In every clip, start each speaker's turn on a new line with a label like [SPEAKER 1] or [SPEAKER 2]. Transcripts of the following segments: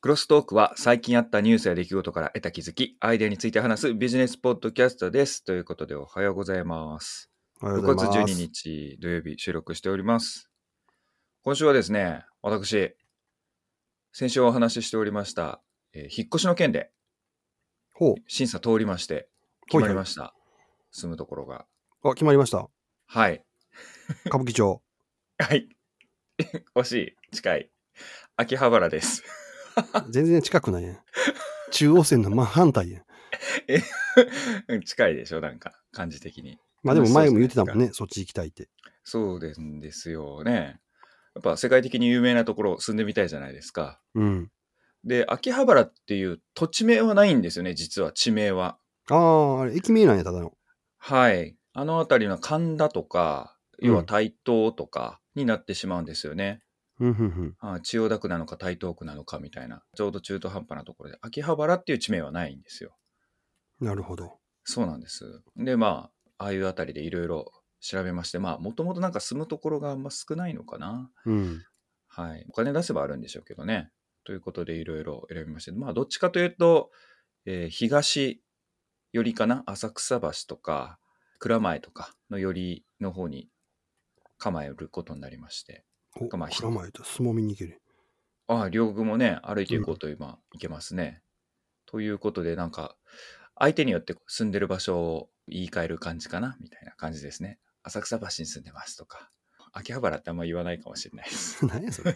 [SPEAKER 1] クロストークは最近あったニュースや出来事から得た気づき、アイデアについて話すビジネスポッドキャストです。ということでおはようございます。
[SPEAKER 2] おはよう
[SPEAKER 1] 6
[SPEAKER 2] ござ
[SPEAKER 1] 月
[SPEAKER 2] います。
[SPEAKER 1] 12日土曜日収録しております。今週はですね、私、先週お話ししておりました、えー引っ越しの件で
[SPEAKER 2] ほう。
[SPEAKER 1] 審査通りまして、決まりました。住むところが。
[SPEAKER 2] あ、決まりました。
[SPEAKER 1] はい。
[SPEAKER 2] 歌舞伎町。
[SPEAKER 1] はい。 惜しい。近い。秋葉原です。
[SPEAKER 2] 全然近くないやん。中央線の真反対やん。
[SPEAKER 1] 近いでしょ、なんか、感じ的に。
[SPEAKER 2] まあでも前も言ってたも
[SPEAKER 1] そ
[SPEAKER 2] ん
[SPEAKER 1] う
[SPEAKER 2] ね、そっち行きたいって。
[SPEAKER 1] そうなんですよね。やっぱ世界的に有名なところ住んでみたいじゃないですか。
[SPEAKER 2] うん。
[SPEAKER 1] で、秋葉原っていう土地名はないんですよね、実は地名は。
[SPEAKER 2] ああ、あれ、駅名なんや、ただの。
[SPEAKER 1] はい。あの辺りの神田とか、要
[SPEAKER 2] う
[SPEAKER 1] は
[SPEAKER 2] ん
[SPEAKER 1] 台東とかになってしまうんですよね。
[SPEAKER 2] うん、ふんふん。
[SPEAKER 1] ああ千代田区なのか台東区なのかみたいな、ちょうど中途半端なところで、秋葉原っていう地名はないんですよ。
[SPEAKER 2] なるほど。
[SPEAKER 1] そうなんです。で、まあ、ああいうあたりでいろいろ調べまして、まあ、もともとなんか住むところがあんま少ないのかな。
[SPEAKER 2] うん。
[SPEAKER 1] はい、お金出せばあるんでしょうけどね。ということでいろいろ選びまして、まあどっちかというと、えー東寄りかな、浅草橋とか蔵前とかの寄りの方に構えることになりまして、
[SPEAKER 2] お、
[SPEAKER 1] まあ
[SPEAKER 2] 蔵前と相撲見に行ける。
[SPEAKER 1] ああ、両国もね、歩いていこうと今行けますね。ということで、なんか相手によって住んでる場所を言い換える感じかな、みたいな感じですね。浅草橋に住んでますとか、秋葉原ってあんま言わないかもしれないです。
[SPEAKER 2] 何やそ れ。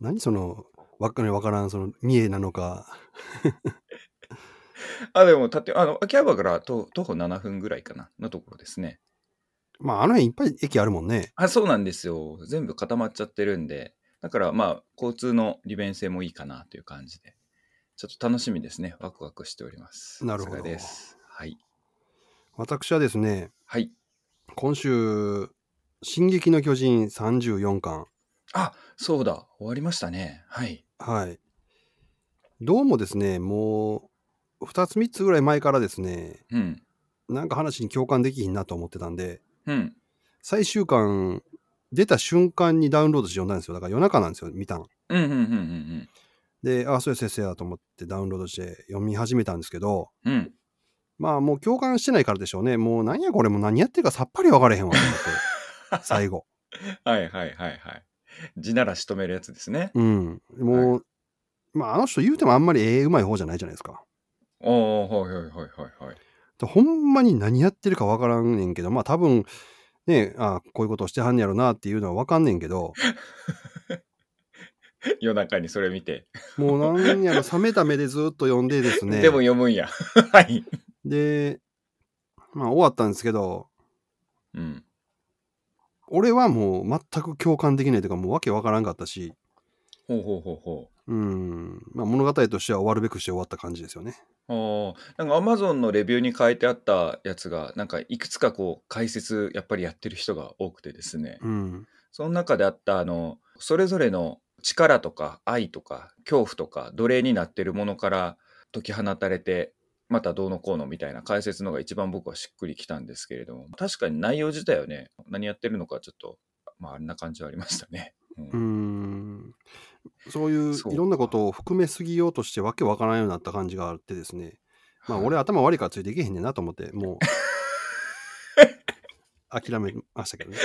[SPEAKER 2] 何その、わかんないわからん、その、三重なのか。
[SPEAKER 1] あ、でも、だって、あの、秋葉原から徒徒歩7分ぐらいかな、のところですね。
[SPEAKER 2] まあ、あの辺いっぱい駅あるもんね。
[SPEAKER 1] あ、そうなんですよ。全部固まっちゃってるんで、だから、まあ、交通の利便性もいいかなという感じで、ちょっと楽しみですね。ワクワクしております。
[SPEAKER 2] なるほ
[SPEAKER 1] さ
[SPEAKER 2] ど
[SPEAKER 1] すがです。はい。
[SPEAKER 2] 私はですね、
[SPEAKER 1] はい。
[SPEAKER 2] 今週、進撃の巨人34巻。
[SPEAKER 1] あ、そうだ。終わりましたね。はい。
[SPEAKER 2] はい。どうもですね、もう、2つ3つぐらい前からですね、
[SPEAKER 1] うん。
[SPEAKER 2] なんか話に共感できひんなと思ってたんで、
[SPEAKER 1] うん。
[SPEAKER 2] 最終巻、出た瞬間にダウンロードして読んだんですよ。だから夜中なんですよ、見たん。
[SPEAKER 1] うん、うん、うん、うん
[SPEAKER 2] で、あ、そうや先生だと思ってダウンロードして読み始めたんですけど、
[SPEAKER 1] うん。うん。
[SPEAKER 2] まあもう共感してないからでしょうね。もう何やこれ、もう何やってるかさっぱり分からへんわと思って、最後。
[SPEAKER 1] はい、はい、はい、はい。地ならしとめるやつですね。
[SPEAKER 2] うん。もう、まああの人言うてもあんまりええうまい方じゃないじゃないですか。
[SPEAKER 1] おおはい、はい、はい、はい、はい。
[SPEAKER 2] ほんまに何やってるかわからんねんけど、まあ多分、ね、あこういうことをしてはんねやろなっていうのはわかんねんけど、
[SPEAKER 1] 夜中にそれ見て。
[SPEAKER 2] もうなんやろ、冷めた目でずっと読んでですね、
[SPEAKER 1] でも読むんや。はい。
[SPEAKER 2] で、まあ終わったんですけど、
[SPEAKER 1] うん。
[SPEAKER 2] 俺はもう全く共感できないというか、もうわけわからんかったし、
[SPEAKER 1] ほうほうほうほう。
[SPEAKER 2] うん、まあ物語としては終わるべくして終わった感じですよね。
[SPEAKER 1] ああ、なんかアマゾンのレビューに書いてあったやつが、なんかいくつかこう解説やっぱりやってる人が多くてですね、
[SPEAKER 2] うん、
[SPEAKER 1] その中であったあの、それぞれの力とか愛とか恐怖とか奴隷になってるものから解き放たれて、またどうのこうのみたいな解説のが一番僕はしっくりきたんですけれども、確かに内容自体はね、何やってるのかちょっと、まああんな感じはありましたね。うん
[SPEAKER 2] うん、そういう
[SPEAKER 1] そうか
[SPEAKER 2] いろんなことを含めすぎようとしてわけわからんようになった感じがあってですね、まあ、俺頭悪いからついていけへんねんなと思って、もう、諦めましたけどね。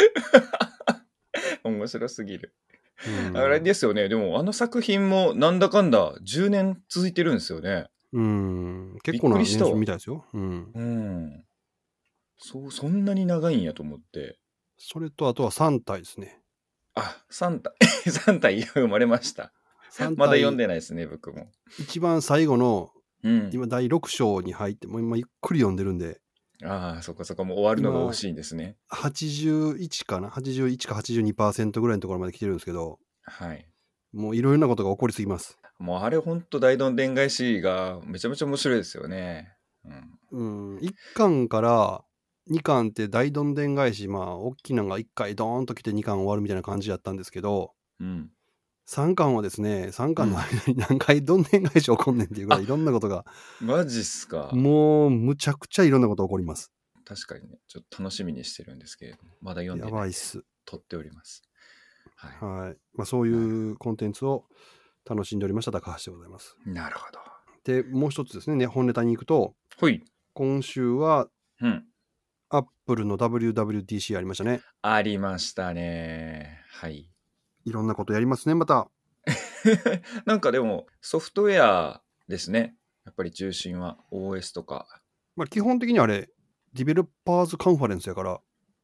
[SPEAKER 1] 面白すぎる。
[SPEAKER 2] うん
[SPEAKER 1] あれですよね。でも、あの作品も、なんだかんだ、10年続いてるんですよね。
[SPEAKER 2] うん、結構な
[SPEAKER 1] びっくり
[SPEAKER 2] 年
[SPEAKER 1] したわ
[SPEAKER 2] 数みたいですよ。うん。
[SPEAKER 1] うん。そう、そんなに長いんやと思って。
[SPEAKER 2] それと、あとは3体ですね。
[SPEAKER 1] あ、3体、3体 生まれました。
[SPEAKER 2] 三体
[SPEAKER 1] まだ読んでないですね、僕も。
[SPEAKER 2] 一番最後の、
[SPEAKER 1] うん。
[SPEAKER 2] 今、第6章に入って、もう今、ゆっくり読んでるんで、
[SPEAKER 1] ああ、そっかそっか、もう終わるのが惜しいんですね。
[SPEAKER 2] 81かな、81か82%ぐらいのところまで来てるんですけど、
[SPEAKER 1] はい。
[SPEAKER 2] もういろいろなことが起こりすぎます。
[SPEAKER 1] もう、あれ、ほんと、大どんでん返しが、めちゃめちゃ面白いですよね。うん。
[SPEAKER 2] うん、1巻から2巻って大どんでん返し、まあ、大きなのが1回ドーンと来て2巻終わるみたいな感じだったんですけど、
[SPEAKER 1] うん。
[SPEAKER 2] 3巻はですね、3巻の間に何回どんでん返し起こんねんっていうぐらいいろんなことが、
[SPEAKER 1] マジっすか。
[SPEAKER 2] もうむちゃくちゃいろんなこと起こります。
[SPEAKER 1] 確かにね、ちょっと楽しみにしてるんですけれども、まだ読ん
[SPEAKER 2] や
[SPEAKER 1] でな
[SPEAKER 2] ば
[SPEAKER 1] い、
[SPEAKER 2] いっす。
[SPEAKER 1] 撮っております。はい。
[SPEAKER 2] はい。まあそういうコンテンツを楽しんでおりました高橋でございます。
[SPEAKER 1] なるほど。
[SPEAKER 2] で、もう一つですね、ね本ネタに行くと、
[SPEAKER 1] ほい。
[SPEAKER 2] 今週は
[SPEAKER 1] うん。
[SPEAKER 2] アップルの WWDC ありましたね。
[SPEAKER 1] ありましたね。はい。
[SPEAKER 2] いろんなことやりますね、また。
[SPEAKER 1] なんかでも、ソフトウェアですね。やっぱり重心は OS とか。
[SPEAKER 2] まあ、基本的にあれ、ディベロッパーズカンファレンスやから、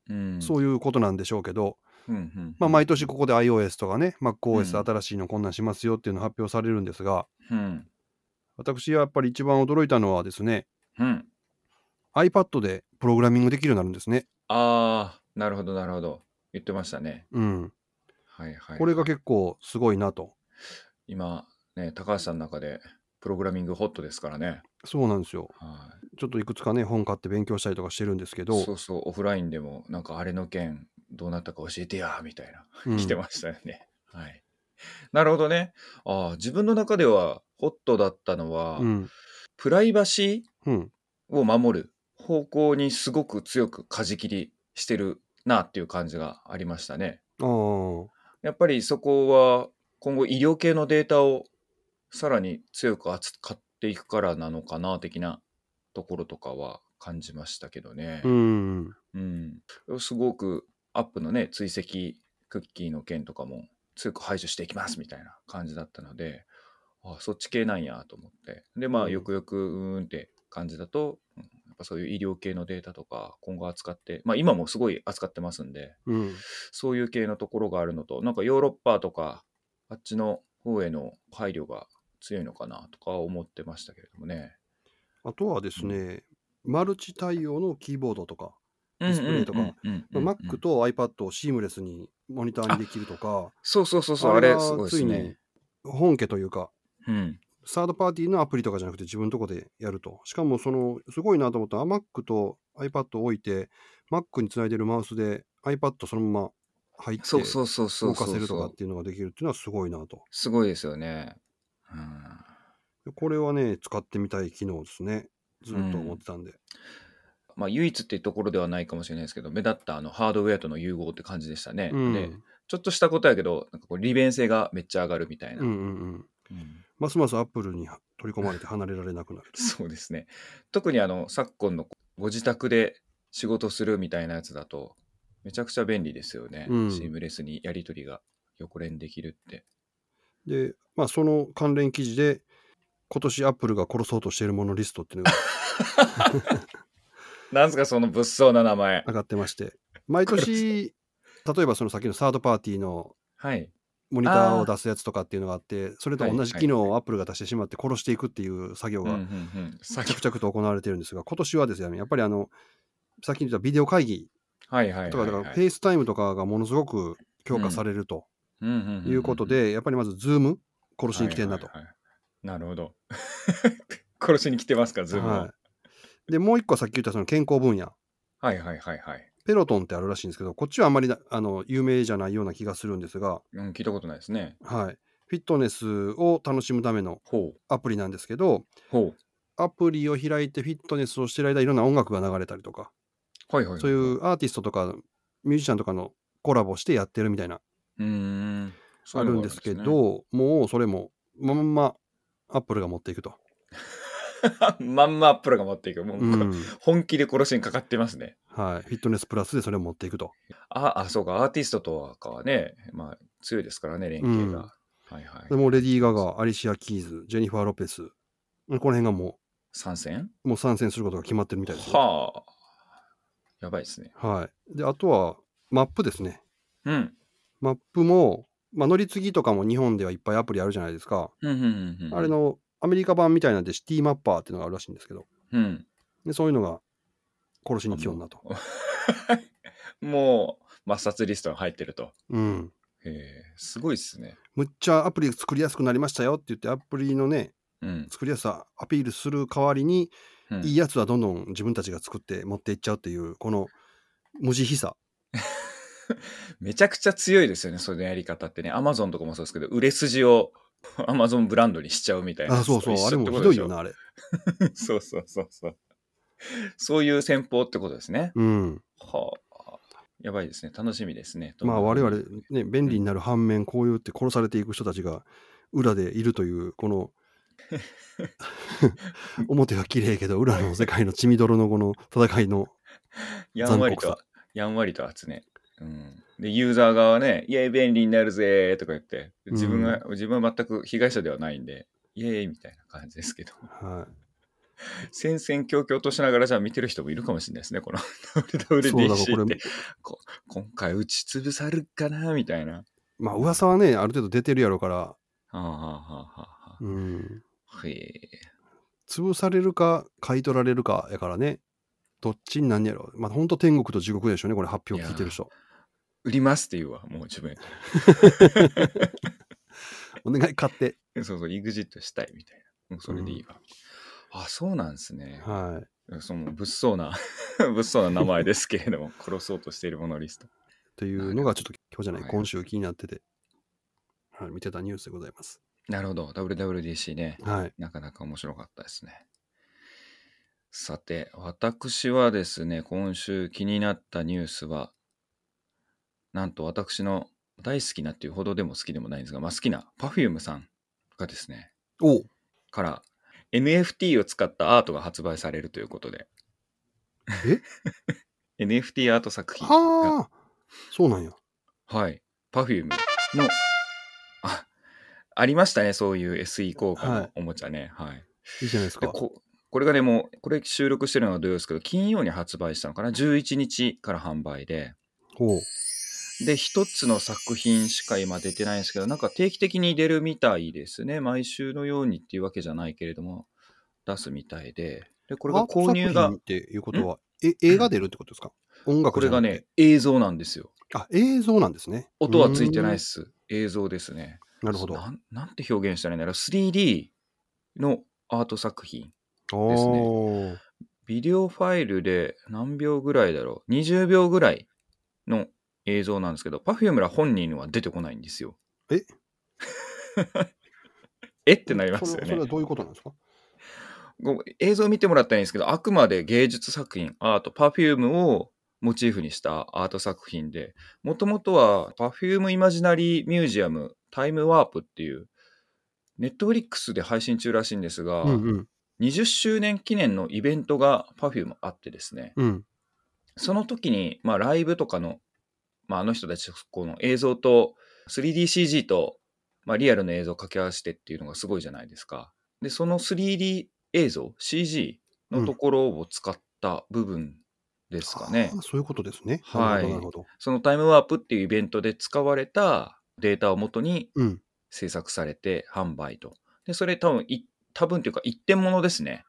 [SPEAKER 1] うん。
[SPEAKER 2] そういうことなんでしょうけど、
[SPEAKER 1] うんうん。
[SPEAKER 2] まあ、毎年ここで iOS とかね、
[SPEAKER 1] う
[SPEAKER 2] MacOS
[SPEAKER 1] ん
[SPEAKER 2] 新しいのこんなんしますよっていうの発表されるんですが、
[SPEAKER 1] うん。
[SPEAKER 2] 私はやっぱり一番驚いたのはですね、
[SPEAKER 1] うん。
[SPEAKER 2] iPad でプログラミングできるようになるんですね。
[SPEAKER 1] ああ、なるほど、なるほど。言ってましたね。
[SPEAKER 2] うん。
[SPEAKER 1] はいはい。
[SPEAKER 2] これが結構すごいなと。
[SPEAKER 1] 今、ね、高橋さんの中で、プログラミングホットですからね。
[SPEAKER 2] そうなんですよ。
[SPEAKER 1] は
[SPEAKER 2] ちょっといくつかね、本買って勉強したりとかしてるんですけ
[SPEAKER 1] い。
[SPEAKER 2] ど、
[SPEAKER 1] そうそう、オフラインでも、なんかあれの件、どうなったか教えてや、みたいな。
[SPEAKER 2] うん
[SPEAKER 1] 来てましたよね。はい。なるほどね。ああ、自分の中ではホットだったのは、
[SPEAKER 2] うん。
[SPEAKER 1] プライバシ
[SPEAKER 2] うん。
[SPEAKER 1] ーを守る方向にすごく強く舵切りしてるなっていう感じがありましたね。
[SPEAKER 2] ああ。
[SPEAKER 1] やっぱりそこは今後医療系のデータをさらに強く扱っていくからなのかな的なところとかは感じましたけどね。
[SPEAKER 2] うん。
[SPEAKER 1] うん、すごくアップのね追跡クッキーの件とかも強く排除していきますみたいな感じだったのであそっち系なんやと思ってでま
[SPEAKER 2] う
[SPEAKER 1] あ
[SPEAKER 2] ん
[SPEAKER 1] よくよくうーんって感じだと、うんやっぱそういう医療系のデータとか今後扱ってまあ今もすごい扱ってますんで
[SPEAKER 2] うん。
[SPEAKER 1] そういう系のところがあるのとなんかヨーロッパとかあっちの方への配慮が強いのかなとか思ってましたけれどもね。
[SPEAKER 2] あとはですね、マルチ対応のキーボードとか、
[SPEAKER 1] デ
[SPEAKER 2] ィスプレイとか Mac と iPad をシームレスにモニターにできるとか、
[SPEAKER 1] そうそうそうそうあれ
[SPEAKER 2] は
[SPEAKER 1] すごいです
[SPEAKER 2] ついに
[SPEAKER 1] ね。
[SPEAKER 2] 本家というか、
[SPEAKER 1] うん
[SPEAKER 2] サードパーティーのアプリとかじゃなくて自分のとこでやると。しかも、その、すごいなと思ったのは Mac と iPad を置いて、Mac につないでるマウスで iPad そのまま入って
[SPEAKER 1] そう
[SPEAKER 2] 動
[SPEAKER 1] そうそうそうそ
[SPEAKER 2] か
[SPEAKER 1] う
[SPEAKER 2] せるとかっていうのができるっていうのはすごいなと。
[SPEAKER 1] すごいですよね。うん、
[SPEAKER 2] でこれはね、使ってみたい機能ですね。ずっと思ってたんで。
[SPEAKER 1] まあ唯一っていうところではないかもしれないですけど目立ったあのハードウェアとの融合って感じでしたね。
[SPEAKER 2] うん。う
[SPEAKER 1] で
[SPEAKER 2] ん
[SPEAKER 1] ちょっとしたことやけどなんかこう利便性がめっちゃ上がるみたいな、
[SPEAKER 2] うんうん。
[SPEAKER 1] うん
[SPEAKER 2] ますます Apple に取り込まれて離れられなくなる。
[SPEAKER 1] そうですね特にあの昨今のご自宅で仕事するみたいなやつだとめちゃくちゃ便利ですよね、
[SPEAKER 2] うん
[SPEAKER 1] シームレスにやり取りが横連できるって。
[SPEAKER 2] で、まあ、その関連記事で、今年 Apple が殺そうとしているものリストっていうのが
[SPEAKER 1] なんすかその物騒な名前。
[SPEAKER 2] 上がってまして、毎年、例えばその先のサードパーティーの
[SPEAKER 1] はい。
[SPEAKER 2] モニターを出すやつとかっていうのがあって、それと同じ機能
[SPEAKER 1] はい
[SPEAKER 2] をアップルが出してしまって殺していくっていう作業
[SPEAKER 1] うんうんう
[SPEAKER 2] が
[SPEAKER 1] ん、さっき
[SPEAKER 2] 着々と行われてるんですが、今年はですね、やっぱりあの、さっき言ったビデオ会議
[SPEAKER 1] はいはいはい、はい。
[SPEAKER 2] とか、だからフェイスタイムとかがものすごく強化されると
[SPEAKER 1] うんうんうんうん
[SPEAKER 2] いうことで、やっぱりまずズーム殺しに来てんなと
[SPEAKER 1] は。いはいはいなるほど。 殺しに来てますか、ズームを
[SPEAKER 2] は。いで、もう一個はさっき言ったその健康分野。
[SPEAKER 1] はいはいはいはい。
[SPEAKER 2] ペロトンってあるらしいんですけど、こっちはあんまりなあの有名じゃないような気がするんですが、
[SPEAKER 1] うん、聞いたことないですね。
[SPEAKER 2] はい、フィットネスを楽しむための
[SPEAKER 1] ほう。
[SPEAKER 2] アプリなんですけど、
[SPEAKER 1] ほ
[SPEAKER 2] アプリを開いてフィットネスをしてる間、いろんな音楽が流れたりとか、
[SPEAKER 1] う。はいはいはい。
[SPEAKER 2] そういうアーティストとかミュージシャンとかのコラボしてやってるみたいな、
[SPEAKER 1] うーん。 そ
[SPEAKER 2] あ
[SPEAKER 1] ういう
[SPEAKER 2] る
[SPEAKER 1] の
[SPEAKER 2] ん
[SPEAKER 1] が
[SPEAKER 2] ですけ
[SPEAKER 1] ね。
[SPEAKER 2] ど、もうそれも、まんまアップルが持っていくと。
[SPEAKER 1] まんまアップルが持っていく。もう、
[SPEAKER 2] うん
[SPEAKER 1] 本気で殺しにかかってますね。
[SPEAKER 2] はい、フィットネスプラスでそれを持っていくと。
[SPEAKER 1] あ、あ、そうか、アーティストとかはね、まあ、強いですからね、連携が。
[SPEAKER 2] うん
[SPEAKER 1] はいはい。
[SPEAKER 2] でもうレディー・ガガ、アリシア・キーズ、ジェニファー・ロペス、この辺がも
[SPEAKER 1] 参戦
[SPEAKER 2] うもう参戦することが決まってるみたいですよ。
[SPEAKER 1] はあ。やばいですね。
[SPEAKER 2] はい、であとはマップですね。
[SPEAKER 1] うん。
[SPEAKER 2] マップも、まあ、乗り継ぎとかも日本ではいっぱいアプリあるじゃないですか。
[SPEAKER 1] うんうんうんうん。
[SPEAKER 2] あれ。のアメリカ版みたいなんでシティマッパーっていうのがあるらしいんですけど、
[SPEAKER 1] うん。
[SPEAKER 2] でそういうのが殺しに来ようなと。
[SPEAKER 1] もう、抹殺リストに入ってると。
[SPEAKER 2] うん。
[SPEAKER 1] へえ、すごいですね。
[SPEAKER 2] むっちゃアプリ作りやすくなりましたよって言って、アプリのね、
[SPEAKER 1] うん。
[SPEAKER 2] 作りやすさアピールする代わりに、
[SPEAKER 1] うん
[SPEAKER 2] いいやつはどんどん自分たちが作って持っていっちゃうっていう、この無慈悲さ。
[SPEAKER 1] めちゃくちゃ強いですよね、そのやり方ってね。アマゾンとかもそうですけど、売れ筋を アマゾンブランドにしちゃうみたいな。
[SPEAKER 2] あ、そうそう、あれもひどいよ。な、あれ。
[SPEAKER 1] そうそうそうそう。そういう戦法ってことですね。
[SPEAKER 2] うん。
[SPEAKER 1] はあ。やばいですね。楽しみですね。
[SPEAKER 2] まあ我々
[SPEAKER 1] う、
[SPEAKER 2] ね、便利になる反面、こういうって殺されていく人たちが裏でいるというこ の表は綺麗けど裏の世界の血みどろのこの戦いの
[SPEAKER 1] やんわりとは、やんわりとは常。うん。で、ユーザー側はね、イエーイ便利になるぜーとか言って、自分が、自分は全く被害者ではないんで、イエーイみたいな感じですけど、
[SPEAKER 2] は
[SPEAKER 1] 戦々恐々としながらじゃあ見てる人もいるかもしれないですね、この
[SPEAKER 2] い、そうだからこ
[SPEAKER 1] WWDC っ
[SPEAKER 2] れ
[SPEAKER 1] て。こ今回打ち潰さるかなみたいな。
[SPEAKER 2] まあ噂はねある程度出てるやろから、
[SPEAKER 1] はあはあはあは
[SPEAKER 2] うん、
[SPEAKER 1] あ。へえ。
[SPEAKER 2] 潰されるか買い取られるかやからねどっちになんねやろまあ本当天国と地獄でしょうねこれ発表聞いてる人
[SPEAKER 1] 売りますって言うわ、もう自分。
[SPEAKER 2] お願い買って
[SPEAKER 1] そうそう、EXIT したいみたいな。うんそれでいいわ。あ、そうなんですね。
[SPEAKER 2] はい
[SPEAKER 1] その物騒な 物騒な名前ですけれども殺そうとしているものリスト
[SPEAKER 2] というのがちょっと今日じゃない、
[SPEAKER 1] はい
[SPEAKER 2] 今週気になってて、はい、見てたニュースでございます。
[SPEAKER 1] なるほど WWDC ね
[SPEAKER 2] はい。
[SPEAKER 1] なかなか面白かったですねさて私はですね今週気になったニュースはなんと私の大好きなっていうほどでも好きでもないんですが、まあ、好きな Perfume さんがですね
[SPEAKER 2] お
[SPEAKER 1] から NFT を使ったアートが発売されるということで
[SPEAKER 2] え
[SPEAKER 1] NFT アート作品が
[SPEAKER 2] はあそうなんや。
[SPEAKER 1] はい。Perfume の、あ、ありましたね、そういう SE 効果
[SPEAKER 2] は
[SPEAKER 1] の
[SPEAKER 2] い
[SPEAKER 1] おもちゃね。はい。
[SPEAKER 2] いいじゃないです
[SPEAKER 1] で
[SPEAKER 2] か。
[SPEAKER 1] ここれがね、もう、これ収録してるのは土曜ですけど、金曜に発売したのかな、11日から販売で、
[SPEAKER 2] ほう。
[SPEAKER 1] で、一つの作品しか今出てないんですけど、なんか定期的に出るみたいですね。毎週のようにっていうわけじゃないけれども、出すみたいで、で、これが購入
[SPEAKER 2] アー
[SPEAKER 1] が
[SPEAKER 2] ト作品、っていうことは、え映画出るってことですか音楽
[SPEAKER 1] こ
[SPEAKER 2] じ
[SPEAKER 1] れ
[SPEAKER 2] ゃな
[SPEAKER 1] が
[SPEAKER 2] くて
[SPEAKER 1] ね、映像なんですよ。
[SPEAKER 2] あ、映像なんですね。
[SPEAKER 1] 音はついてないで
[SPEAKER 2] う
[SPEAKER 1] す。映像ですね。
[SPEAKER 2] ーんなるほど。
[SPEAKER 1] なんなんて表現したらいいんだろう 3D のアート作品
[SPEAKER 2] お
[SPEAKER 1] ですね
[SPEAKER 2] ー
[SPEAKER 1] ビデオファイルで何秒ぐらいだろう20秒ぐらいの映像なんですけど Perfume ら本人は出てこないんですよ
[SPEAKER 2] え
[SPEAKER 1] えってなります
[SPEAKER 2] そ
[SPEAKER 1] よ
[SPEAKER 2] れそれは
[SPEAKER 1] ね
[SPEAKER 2] どういうことなんですか
[SPEAKER 1] ご映像見てもらったらいいんですけどあくまで芸術作品アート Perfume をモチーフにしたアート作品でもともとは Perfume イマジナリーミュージアムタイムワープっていうネットフリックスで配信中らしいんですが、
[SPEAKER 2] うんうん。
[SPEAKER 1] 20周年記念のイベントが Perfume あってですね、
[SPEAKER 2] うん。
[SPEAKER 1] その時に、まあ、ライブとかの、まあ、あの人たちこの映像と 3DCG と、まあ、リアルの映像を掛け合わせてっていうのがすごいじゃないですか。で、その 3D 映像、CG のところを使った部分ですかね。
[SPEAKER 2] あーそういうことですね。
[SPEAKER 1] はい
[SPEAKER 2] なるほど。
[SPEAKER 1] そのタイムワープっていうイベントで使われたデータをもとに
[SPEAKER 2] なるほどうん。
[SPEAKER 1] 制作されて販売と。で、それ多分い、多分というか一点物ですね。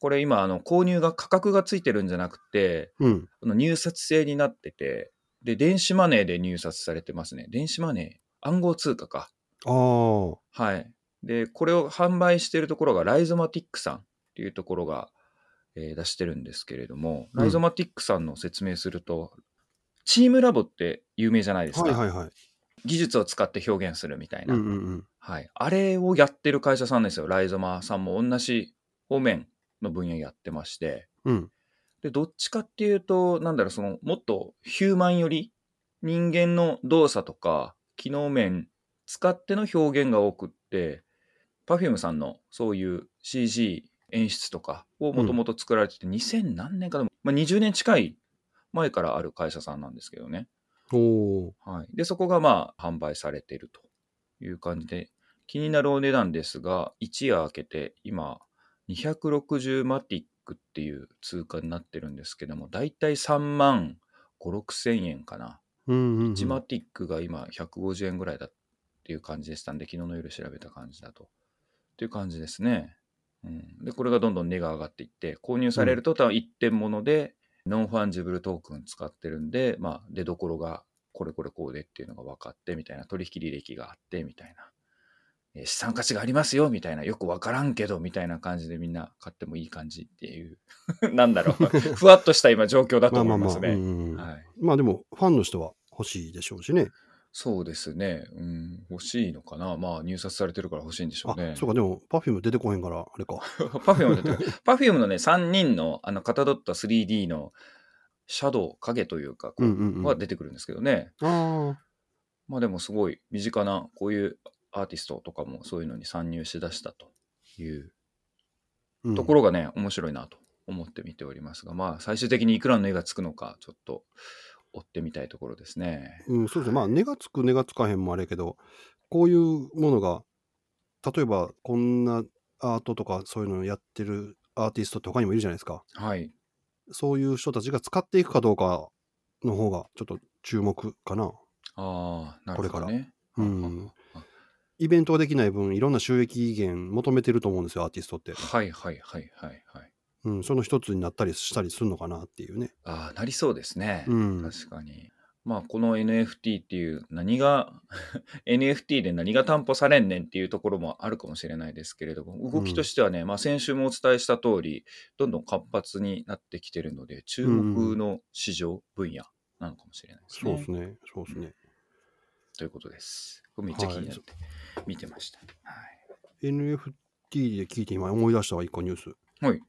[SPEAKER 1] これ今、あの、購入が価格がついてるんじゃなくて、
[SPEAKER 2] うん。
[SPEAKER 1] この入札制になってて、で、電子マネーで入札されてますね。電子マネー、暗号通貨か。
[SPEAKER 2] ああ。
[SPEAKER 1] はい。で、これを販売してるところが、ライゾマティックさんっていうところが、えー出してるんですけれども、
[SPEAKER 2] うん
[SPEAKER 1] ライゾマティックさんの説明すると、チームラボって有名じゃないですか。
[SPEAKER 2] はいはいはい。
[SPEAKER 1] 技術を使って表現するみたいな。
[SPEAKER 2] うんうんうん。
[SPEAKER 1] はい。あれをやってる会社さんですよ。ライゾマさんも同じ方面の分野やってまして。
[SPEAKER 2] うん。
[SPEAKER 1] で、どっちかっていうと、なんだろう、その、もっとヒューマン寄り、人間の動作とか、機能面、使っての表現が多くって、Perfume さんのそういう CG 演出とかをもともと作られてて、2000何年かでも、まあ、20年近い前からある会社さんなんですけどね。
[SPEAKER 2] おお。
[SPEAKER 1] はい、でそこがまあ販売されてるという感じで気になるお値段ですが一夜明けて今260マティックっていう通貨になってるんですけどもだいたい3万5 6千円かな
[SPEAKER 2] うんうんうん。
[SPEAKER 1] 1マティックが今150円ぐらいだっていう感じでしたんで昨日の夜調べた感じだとっていう感じですね、うん、でこれがどんどん値が上がっていって購入されると多分一点物でノンファンジブルトークン使ってるんでまあ出どころがこれこれこうでっていうのが分かってみたいな取引履歴があってみたいなえー資産価値がありますよみたいなよく分からんけどみたいな感じでみんな買ってもいい感じっていう なんだろ うふわっとした今状況だと
[SPEAKER 2] まあま
[SPEAKER 1] 思いま
[SPEAKER 2] あまあ。
[SPEAKER 1] す
[SPEAKER 2] う
[SPEAKER 1] ね
[SPEAKER 2] んうん。
[SPEAKER 1] はい
[SPEAKER 2] まあでも、ファンの人は欲しいでしょうしね。
[SPEAKER 1] そうですね。うん、欲しいのかな。まあ、入札されてるから欲しいんでしょ
[SPEAKER 2] あ
[SPEAKER 1] うね、。
[SPEAKER 2] そうか、でも、パフューム出てこへんから、あれか。
[SPEAKER 1] パフュームだって、パフュームのね、3人の、あの、かたどった 3D のシャドウ、影というか、こ
[SPEAKER 2] う
[SPEAKER 1] うん
[SPEAKER 2] うんうん。
[SPEAKER 1] は
[SPEAKER 2] あ
[SPEAKER 1] 出てくるんですけどね。
[SPEAKER 2] あー。
[SPEAKER 1] まあ、でもすごい身近な、こういうアーティストとかもそういうのに参入しだしたという
[SPEAKER 2] うん
[SPEAKER 1] ところがね、面白いなと思って見ておりますが、まあ、最終的にいくらの絵がつくのか、ちょっと追ってみたいところですね。
[SPEAKER 2] うん、そうですね。まあ、根がつく根がつかへんもあれやけど、こういうものが、例えばこんなアートとかそういうのをやってるアーティストって他にもいるじゃないですか。
[SPEAKER 1] はい。
[SPEAKER 2] そういう人たちが使っていくかどうかの方がちょっと注目かな。
[SPEAKER 1] ああ、なるほどね。
[SPEAKER 2] うん
[SPEAKER 1] あああ。
[SPEAKER 2] イベントができない分、いろんな収益源求めてると思うんですよ、アーティストって。
[SPEAKER 1] はいはいはいはいはい。
[SPEAKER 2] うん、その一つになったりしたりするのかなっていうね。
[SPEAKER 1] ああ、なりそうですね。
[SPEAKER 2] うん。
[SPEAKER 1] 確かに。まあ、この NFT っていう何が NFT で何が担保されんねんっていうところもあるかもしれないですけれども動きとしてはね、まあ、先週もお伝えした通りどんどん活発になってきてるので注目の市場分野なのかもしれないですね。
[SPEAKER 2] そうですね。そうですね。
[SPEAKER 1] ということです。これめっちゃ気になって見てました。はい
[SPEAKER 2] NFT で聞いて今思い出したわ、一個ニュース。
[SPEAKER 1] はい。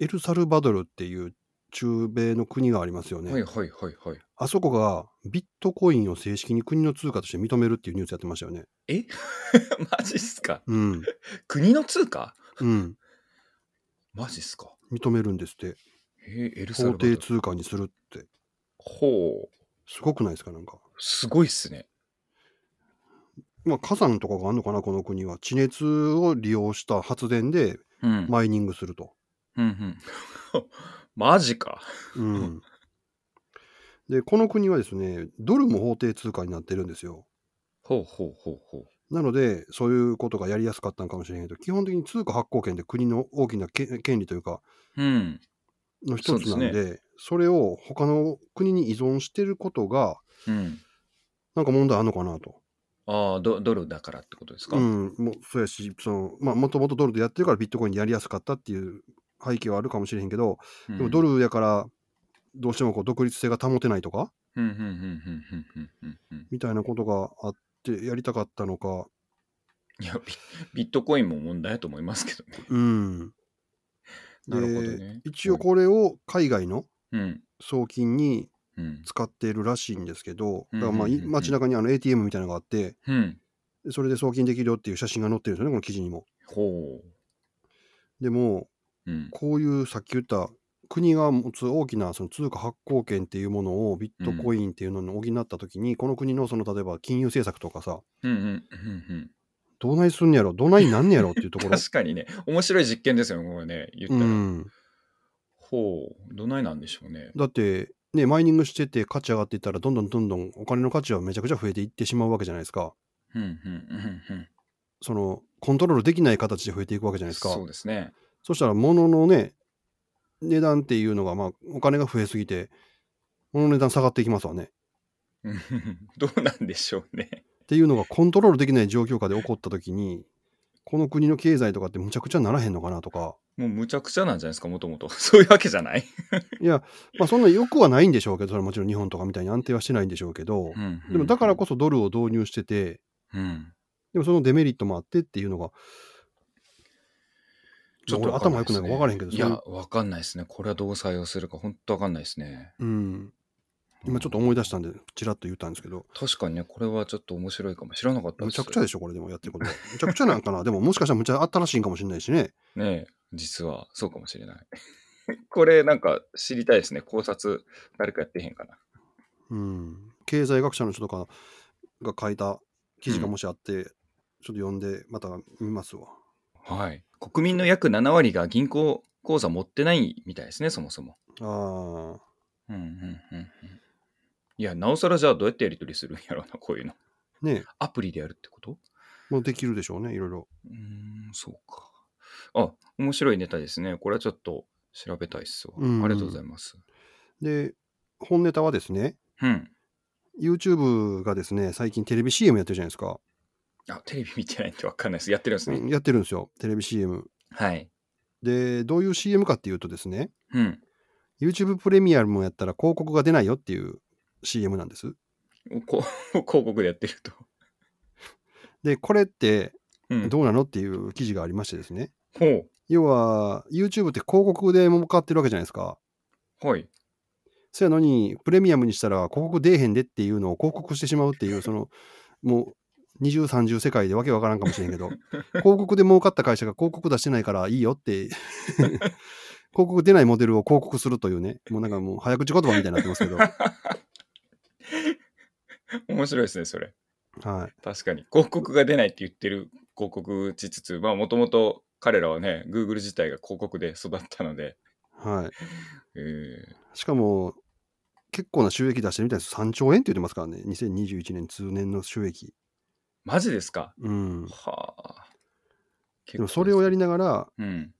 [SPEAKER 2] エルサルバドルっていう中米の国がありますよね。
[SPEAKER 1] はいはいはいはい。
[SPEAKER 2] あそこがビットコインを正式に国の通貨として認めるっていうニュースやってましたよね。
[SPEAKER 1] えマジっすか
[SPEAKER 2] うん。
[SPEAKER 1] 国の通貨
[SPEAKER 2] うん。
[SPEAKER 1] マジっすか
[SPEAKER 2] 認めるんですって。
[SPEAKER 1] えエルサルバ
[SPEAKER 2] 法
[SPEAKER 1] ドル
[SPEAKER 2] 定通貨にするって。
[SPEAKER 1] ほう。
[SPEAKER 2] すごくないですか、なんか。
[SPEAKER 1] すごいっすね。
[SPEAKER 2] まあ、火山とかがあるのかな、この国は。地熱を利用した発電で
[SPEAKER 1] うん。
[SPEAKER 2] マイニングすると。
[SPEAKER 1] うんうん、 マジか。
[SPEAKER 2] うん。で、この国はですね、ドルも法定通貨になってるんですよ。
[SPEAKER 1] ほうほうほうほう。
[SPEAKER 2] なので、そういうことがやりやすかったのかもしれないけど、基本的に通貨発行権って国の大きなけ権利というか、
[SPEAKER 1] うん。
[SPEAKER 2] の一つなん
[SPEAKER 1] そう
[SPEAKER 2] で、
[SPEAKER 1] で
[SPEAKER 2] それを他の国に依存してることが、
[SPEAKER 1] うん。
[SPEAKER 2] なんか問題あるのかなと。
[SPEAKER 1] ああ、ドドルだからってことですか。
[SPEAKER 2] うん、もうそうやし、そのまあ、もともとドルでやってるからビットコインでやりやすかったっていう背景はあるかもしれへんけど、
[SPEAKER 1] うん
[SPEAKER 2] でもド。ルやから、どうしてもこう独立性が保てないとか、
[SPEAKER 1] うんうんうんうんうんうんうんうん。
[SPEAKER 2] みたいなことがあって、やりたかったのか、
[SPEAKER 1] いやビ、ビットコインも問題だと思いますけどね。
[SPEAKER 2] うん。
[SPEAKER 1] な
[SPEAKER 2] で
[SPEAKER 1] るほどね
[SPEAKER 2] 一応これを海外の
[SPEAKER 1] うん。
[SPEAKER 2] 送金に
[SPEAKER 1] うん。
[SPEAKER 2] 使っているらしいんですけど、だからまあ、
[SPEAKER 1] うんうん
[SPEAKER 2] い
[SPEAKER 1] うんうん
[SPEAKER 2] 街中にあの ATM みたいなのがあって、
[SPEAKER 1] うん。
[SPEAKER 2] でそれで送金できるよっていう写真が載ってるんですよね、この記事にも。
[SPEAKER 1] ほ
[SPEAKER 2] でも、
[SPEAKER 1] う。うん。
[SPEAKER 2] こういうさっき言った国が持つ大きなその通貨発行権っていうものをビットコインっていうのに補ったときに、この国のその例えば金融政策とかさ、
[SPEAKER 1] うんうんうん
[SPEAKER 2] どないすんねやろ、どないなんねやろっていうと
[SPEAKER 1] う
[SPEAKER 2] こ
[SPEAKER 1] ん。
[SPEAKER 2] ろ。
[SPEAKER 1] 確かにね、面白い実験ですよね、これね。言った
[SPEAKER 2] う
[SPEAKER 1] ら。
[SPEAKER 2] ん、
[SPEAKER 1] ほう。どないなんでしょうね。
[SPEAKER 2] だって、ね、マイニングしてて価値上がっていったら、どんどんどんどんお金の価値はめちゃくちゃ増えていってしまうわけじゃないですか。
[SPEAKER 1] うんうんうんうん。
[SPEAKER 2] そのコントロールできない形で増えていくわけじゃないですか。
[SPEAKER 1] そうですね。
[SPEAKER 2] そしたら物のね、値段っていうのが、まあ、お金が増えすぎて、物の値段下がっていきますわね。
[SPEAKER 1] うん どうなんでしょうね。
[SPEAKER 2] っていうのがコントロールできない状況下で起こった時に、この国の経済とかってむちゃくちゃならへんのかなとか、
[SPEAKER 1] もうむちゃくちゃなんじゃないですか、もともと。そういうわけじゃない。
[SPEAKER 2] まあそんな良くはないんでしょうけど、それはもちろん日本とかみたいに安定はしてないんでしょうけど、でもだからこそドルを導入してて、
[SPEAKER 1] そ、うん、
[SPEAKER 2] でもそのデメリットもあってっていうのが、
[SPEAKER 1] ちょっ
[SPEAKER 2] まあ
[SPEAKER 1] と
[SPEAKER 2] 俺頭良くないから分からへんけど、
[SPEAKER 1] い
[SPEAKER 2] そ
[SPEAKER 1] や
[SPEAKER 2] ういう、
[SPEAKER 1] わかんないですね。これはどう採用するか、本当わかんないですね。
[SPEAKER 2] うん、今ちょっと思い出したんで、ちらっと言ったんですけど、
[SPEAKER 1] 確かにね、これはちょっと面白いかも。知らなかった
[SPEAKER 2] むちゃくちゃ
[SPEAKER 1] で
[SPEAKER 2] でしょ、これでもやってること。むちゃくちゃなんか な、でももしかしたらむちゃあったらしいんかもしれないしね。
[SPEAKER 1] すねえ実は、そうかもしれない。 これなんか知りたいですね。考察、誰かやってへんかな。
[SPEAKER 2] うん、経済学者の人とかが書いた記事がもしあって、ちょっと読んでまた見ますわ。
[SPEAKER 1] はい。国民の約7割が銀行口座持ってないみたいですね、そもそも。
[SPEAKER 2] ああ、
[SPEAKER 1] うんうんうんうん。いや、なおさらじゃあどうやってやり取りするんやろうな、こういうの。
[SPEAKER 2] ね
[SPEAKER 1] アプリでやるってこと
[SPEAKER 2] もうできるでしょうね、いろいろ。
[SPEAKER 1] うーん、そうか。あ、面白いネタですね。これはちょっと調べたいっすわ。
[SPEAKER 2] うん
[SPEAKER 1] ありがとうございます。
[SPEAKER 2] で、本ネタはですね、
[SPEAKER 1] うん。
[SPEAKER 2] YouTube がですね、最近テレビ CM やってるじゃないですか。
[SPEAKER 1] あ、テレビ見てないってわかんないです。やってるんですね。
[SPEAKER 2] うんやってるんですよ、テレビ CM。
[SPEAKER 1] はい。
[SPEAKER 2] で、どういう CM かっていうとですね、
[SPEAKER 1] うん。
[SPEAKER 2] YouTube プレミアムやったら広告が出ないよっていう CM なんです。
[SPEAKER 1] こ 広告でやってると。
[SPEAKER 2] で、これって
[SPEAKER 1] うん。
[SPEAKER 2] どうなのっていう記事がありましてですね、
[SPEAKER 1] ほ
[SPEAKER 2] 要は YouTube って広告で儲かってるわけじゃないですか。
[SPEAKER 1] う。はい。
[SPEAKER 2] そやのに、プレミアムにしたら広告出えへんでっていうのを広告してしまうっていう、その、もう、 20、30世界でわけわからんかもしれんけ ど、広告で儲かった会社が広告出してないからいいよ って、広告出ないモデルを広告するというね、もうなんかもう早口言葉みたいになってますけ ど、
[SPEAKER 1] 面白いですね、それ。
[SPEAKER 2] はい。
[SPEAKER 1] 確かに。広告が出ないって言ってる広告打ちつつ、まあもともと彼らはね、Google 自体が広告で育ったので、
[SPEAKER 2] はい。
[SPEAKER 1] えー
[SPEAKER 2] しかも、結構な収益出してるみたいです。3兆円って言ってますからね。2021年、通年の収益。
[SPEAKER 1] マジですか
[SPEAKER 2] うん。
[SPEAKER 1] はあ。
[SPEAKER 2] でもそれをやりながら、
[SPEAKER 1] うん。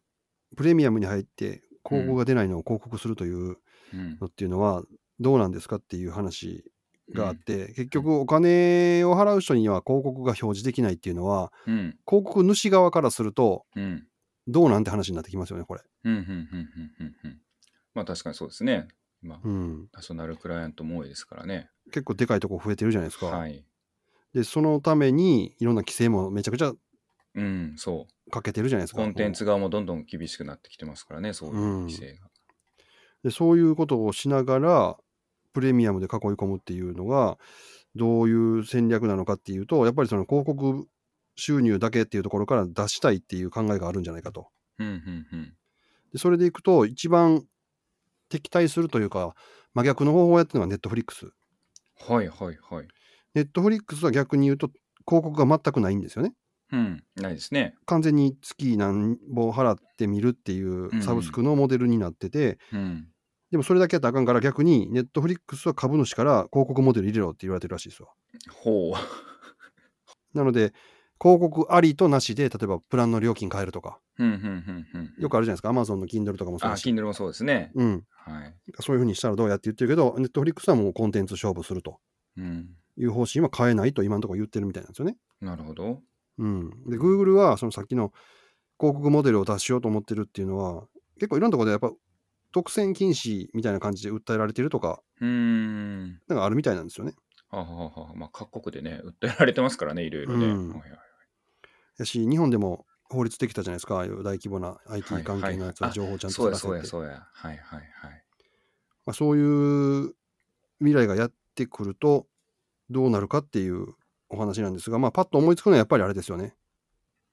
[SPEAKER 2] プレミアムに入って、広告が出ないのを広告するという
[SPEAKER 1] うん
[SPEAKER 2] のっていうのは、どうなんですかっていう話があって、結局お金を払う人には広告が表示できないっていうのは、
[SPEAKER 1] うん。
[SPEAKER 2] 広告主側からすると、
[SPEAKER 1] うん。
[SPEAKER 2] どうなんて話になってきますよね、これ。
[SPEAKER 1] うん。うん。うん。うんうん。うん。まあ確かにそうですね。今、
[SPEAKER 2] うん。
[SPEAKER 1] ナショナルクライアントも多いですからね。
[SPEAKER 2] 結構でかいとこ増えてるじゃないですか。
[SPEAKER 1] はい。
[SPEAKER 2] で、そのために、いろんな規制もめちゃくちゃ
[SPEAKER 1] うん、そう。
[SPEAKER 2] かけてるじゃないですか。
[SPEAKER 1] コンテンツ側もどんどん厳しくなってきてますからね、そういう
[SPEAKER 2] うん
[SPEAKER 1] 規制が。
[SPEAKER 2] でそういうことをしながらプレミアムで囲い込むっていうのがどういう戦略なのかっていうとやっぱりその広告収入だけっていうところから出したいっていう考えがあるんじゃないかと。
[SPEAKER 1] うん、うん、うん。
[SPEAKER 2] でそれでいくと一番敵対するというか真逆の方法をやってるのがネットフリックス。
[SPEAKER 1] はい、はい、はい。
[SPEAKER 2] ネットフリックスは逆に言うと広告が全くないんですよね。
[SPEAKER 1] うん、ないですね。
[SPEAKER 2] 完全に月何本払ってみるっていうサブスクのモデルになってて、
[SPEAKER 1] うん。
[SPEAKER 2] でもそれだけやったらあかんから逆にネットフリックスは株主から広告モデル入れろって言われてるらしいですわ。
[SPEAKER 1] ほ
[SPEAKER 2] なので、広告ありとなしで、例えばプランの料金変えるとか、
[SPEAKER 1] う。うん、うん、うん、うん。
[SPEAKER 2] よくあるじゃないですか、Amazon の Kindle とかもそう
[SPEAKER 1] あ、
[SPEAKER 2] だし、
[SPEAKER 1] Kindle もそうですね。
[SPEAKER 2] うん、
[SPEAKER 1] はい。
[SPEAKER 2] そういうふうにしたらどうやって言ってるけど、Netflix はもうコンテンツ勝負すると
[SPEAKER 1] うん。
[SPEAKER 2] いう方針は変えないと今のところ言ってるみたいなんですよね。
[SPEAKER 1] なるほど。
[SPEAKER 2] うん、で、Google はそのさっきの広告モデルを出しようと思ってるっていうのは、結構いろんなところでやっぱ独占禁止みたいな感じで訴えられてるとか、
[SPEAKER 1] うーん。
[SPEAKER 2] なんかあるみたいなんですよね。
[SPEAKER 1] はあはあはあまあ、各国でね、訴えられてますからね、いろいろね。
[SPEAKER 2] うん
[SPEAKER 1] はいはい
[SPEAKER 2] やし、日本でも法律できたじゃないですか、ああいう大規模な
[SPEAKER 1] は
[SPEAKER 2] IT
[SPEAKER 1] い
[SPEAKER 2] 関係のやつ
[SPEAKER 1] はい
[SPEAKER 2] を
[SPEAKER 1] あ
[SPEAKER 2] 情報ちゃん
[SPEAKER 1] そ
[SPEAKER 2] と
[SPEAKER 1] うや、
[SPEAKER 2] 出せ
[SPEAKER 1] そうや、
[SPEAKER 2] て
[SPEAKER 1] そうや。はいはいはい。
[SPEAKER 2] まあ、そういう未来がやってくるとどうなるかっていうお話なんですが、まあ、パッと思いつくのはやっぱりあれですよね。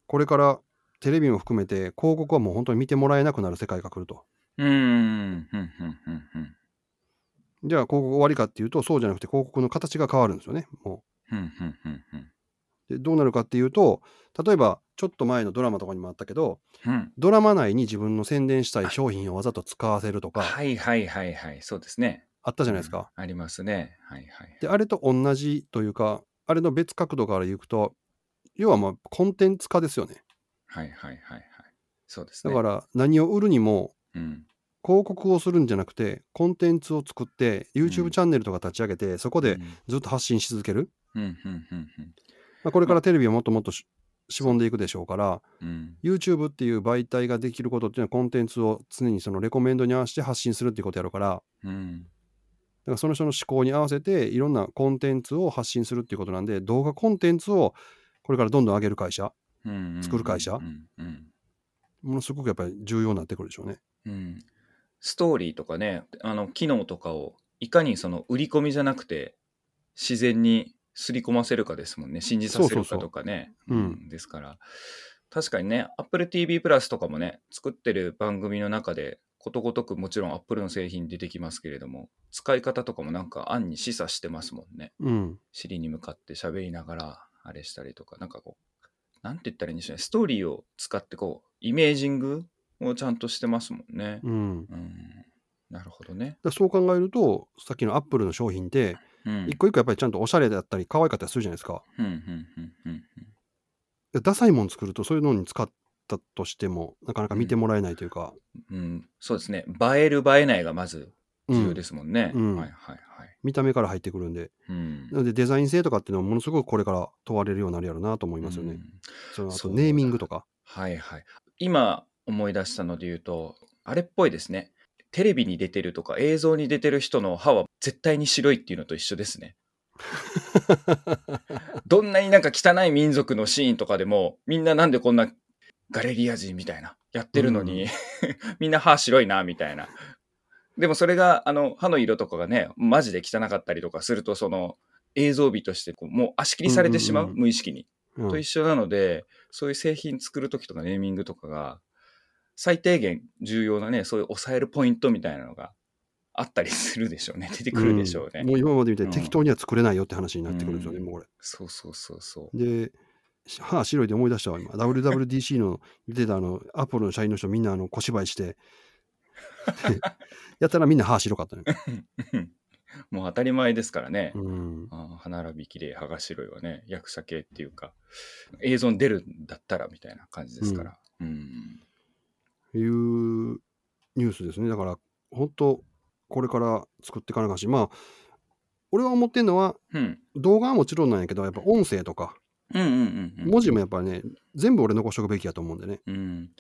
[SPEAKER 2] これからテレビも含めて広告はもう本当に見てもらえなくなる世界が来ると。
[SPEAKER 1] うーん。ふんふんふんふん。
[SPEAKER 2] じゃあ広告終わりかっていうとそうじゃなくて広告の形が変わるんですよね。も
[SPEAKER 1] ふんふんふんふん
[SPEAKER 2] うでどうなるかっていうと例えばちょっと前のドラマとかにもあったけど
[SPEAKER 1] ふん。
[SPEAKER 2] ドラマ内に自分の宣伝したい商品をわざと使わせるとか
[SPEAKER 1] はいはいはいはい。そうですね。
[SPEAKER 2] あったじゃないですか。
[SPEAKER 1] うん。ありますね。はいはい。
[SPEAKER 2] であれと同じというかあれの別角度から言うと要はまあコンテンツ化ですよね。
[SPEAKER 1] はいはいはいはい。そうです
[SPEAKER 2] だ
[SPEAKER 1] ね。、
[SPEAKER 2] からら何を売るにも
[SPEAKER 1] うん。
[SPEAKER 2] 広告をするんじゃなくてコンテンツを作って
[SPEAKER 1] う
[SPEAKER 2] YouTube
[SPEAKER 1] ん
[SPEAKER 2] チャンネルとか立ち上げてそこ
[SPEAKER 1] う
[SPEAKER 2] で
[SPEAKER 1] ん、
[SPEAKER 2] ずっと発信し続ける、
[SPEAKER 1] うん、うん、うんうん
[SPEAKER 2] まあ、これからテレビはもっともっとししぼんでいくでしょうから
[SPEAKER 1] うん。
[SPEAKER 2] YouTube っていう媒体ができることっていうのはコンテンツを常にそのレコメンドに合わせて発信するっていうことやるからだか
[SPEAKER 1] うん。
[SPEAKER 2] らその人の思考に合わせていろんなコンテンツを発信するっていうことなんで動画コンテンツをこれからどんどん上げる会社
[SPEAKER 1] うん。うん
[SPEAKER 2] 作る会社
[SPEAKER 1] うん。うん。
[SPEAKER 2] ものすごくやっぱり重要になってくるでしょうね。
[SPEAKER 1] うん、ストーリーとかねあの機能とかをいかにその売り込みじゃなくて自然に刷り込ませるかですもんね信じさせるかとかね
[SPEAKER 2] そうそうそううん
[SPEAKER 1] ですから確かにね AppleTV プラスとかもね作ってる番組の中でことごとくもちろん Apple の製品出てきますけれども使い方とかもなんか案に示唆してますもんね
[SPEAKER 2] うん、
[SPEAKER 1] 尻に向かって喋りながらあれしたりとかなんかこうなんて言ったらいいんでしょうねストーリーを使ってこうイメージングをちゃんとしてますもんね。
[SPEAKER 2] うん、だか
[SPEAKER 1] うんなるほどね。
[SPEAKER 2] らそう考えるとさっきのアップルの商品って
[SPEAKER 1] うん
[SPEAKER 2] 一個一個やっぱりちゃんとおしゃれだったり可愛かったりするじゃないですか。
[SPEAKER 1] うんうんうんうん
[SPEAKER 2] でダサいもん作るとそういうのに使ったとしてもなかなか見てもらえないというか、
[SPEAKER 1] うんうんそうですね。映える映えないがまず重要ですもんね。
[SPEAKER 2] うんうん
[SPEAKER 1] はいはいはい。
[SPEAKER 2] 見た目から入ってくるんで
[SPEAKER 1] うん
[SPEAKER 2] な。のでデザイン性とかっていうのはものすごくこれから問われるようになるやろうなと思いますよね、
[SPEAKER 1] うん
[SPEAKER 2] そのあと
[SPEAKER 1] そうだ
[SPEAKER 2] ネーミングとか
[SPEAKER 1] はいはい。今思い出したので言うと、あれっぽいですね。テレビに出てるとか映像に出てる人の歯は絶対に白いっていうのと一緒です ね。どんなになんか汚い民族のシーンとかでもみんななんでこんなガレリア人みたいなやってるのに、
[SPEAKER 2] う
[SPEAKER 1] みんな歯白いなみたいなでもそれがあの歯の色とかがねマジで汚かったりとかするとその映像美としてこうもう足切りされてしまう,、
[SPEAKER 2] うんうんうん
[SPEAKER 1] 無意識に。
[SPEAKER 2] うん
[SPEAKER 1] と一緒なのでそういう製品作る時とかネーミングとかが最低限重要なねそういう抑えるポイントみたいなのがあったりするでしょうね出てくるでしょうね。
[SPEAKER 2] んもう今までみたいに
[SPEAKER 1] うん
[SPEAKER 2] 適当には作れないよって話になってくるんですよね、
[SPEAKER 1] うん
[SPEAKER 2] もうこ
[SPEAKER 1] そうそうそうそう。
[SPEAKER 2] れ。で、し歯白いで思い出したわ、今。WWDC の出てたあの、アップルの社員の人みんなあの小芝 居して、でやったらみんな歯白かったね。
[SPEAKER 1] もう当たり前ですからね。
[SPEAKER 2] うん。
[SPEAKER 1] あー歯並び綺麗歯が白いはね役者系っていうか映像に出るんだったらみたいな感じですから。うん
[SPEAKER 2] いうニュースですね。だから、本当これから作っていかなあかんし、まあ、俺は思ってんのは、
[SPEAKER 1] うん
[SPEAKER 2] 動画はもちろんなんやけど、やっぱ音声とか、
[SPEAKER 1] うんうんうんうん
[SPEAKER 2] 文字もやっぱね、全部俺残しておくべきやと思うんでね。
[SPEAKER 1] うん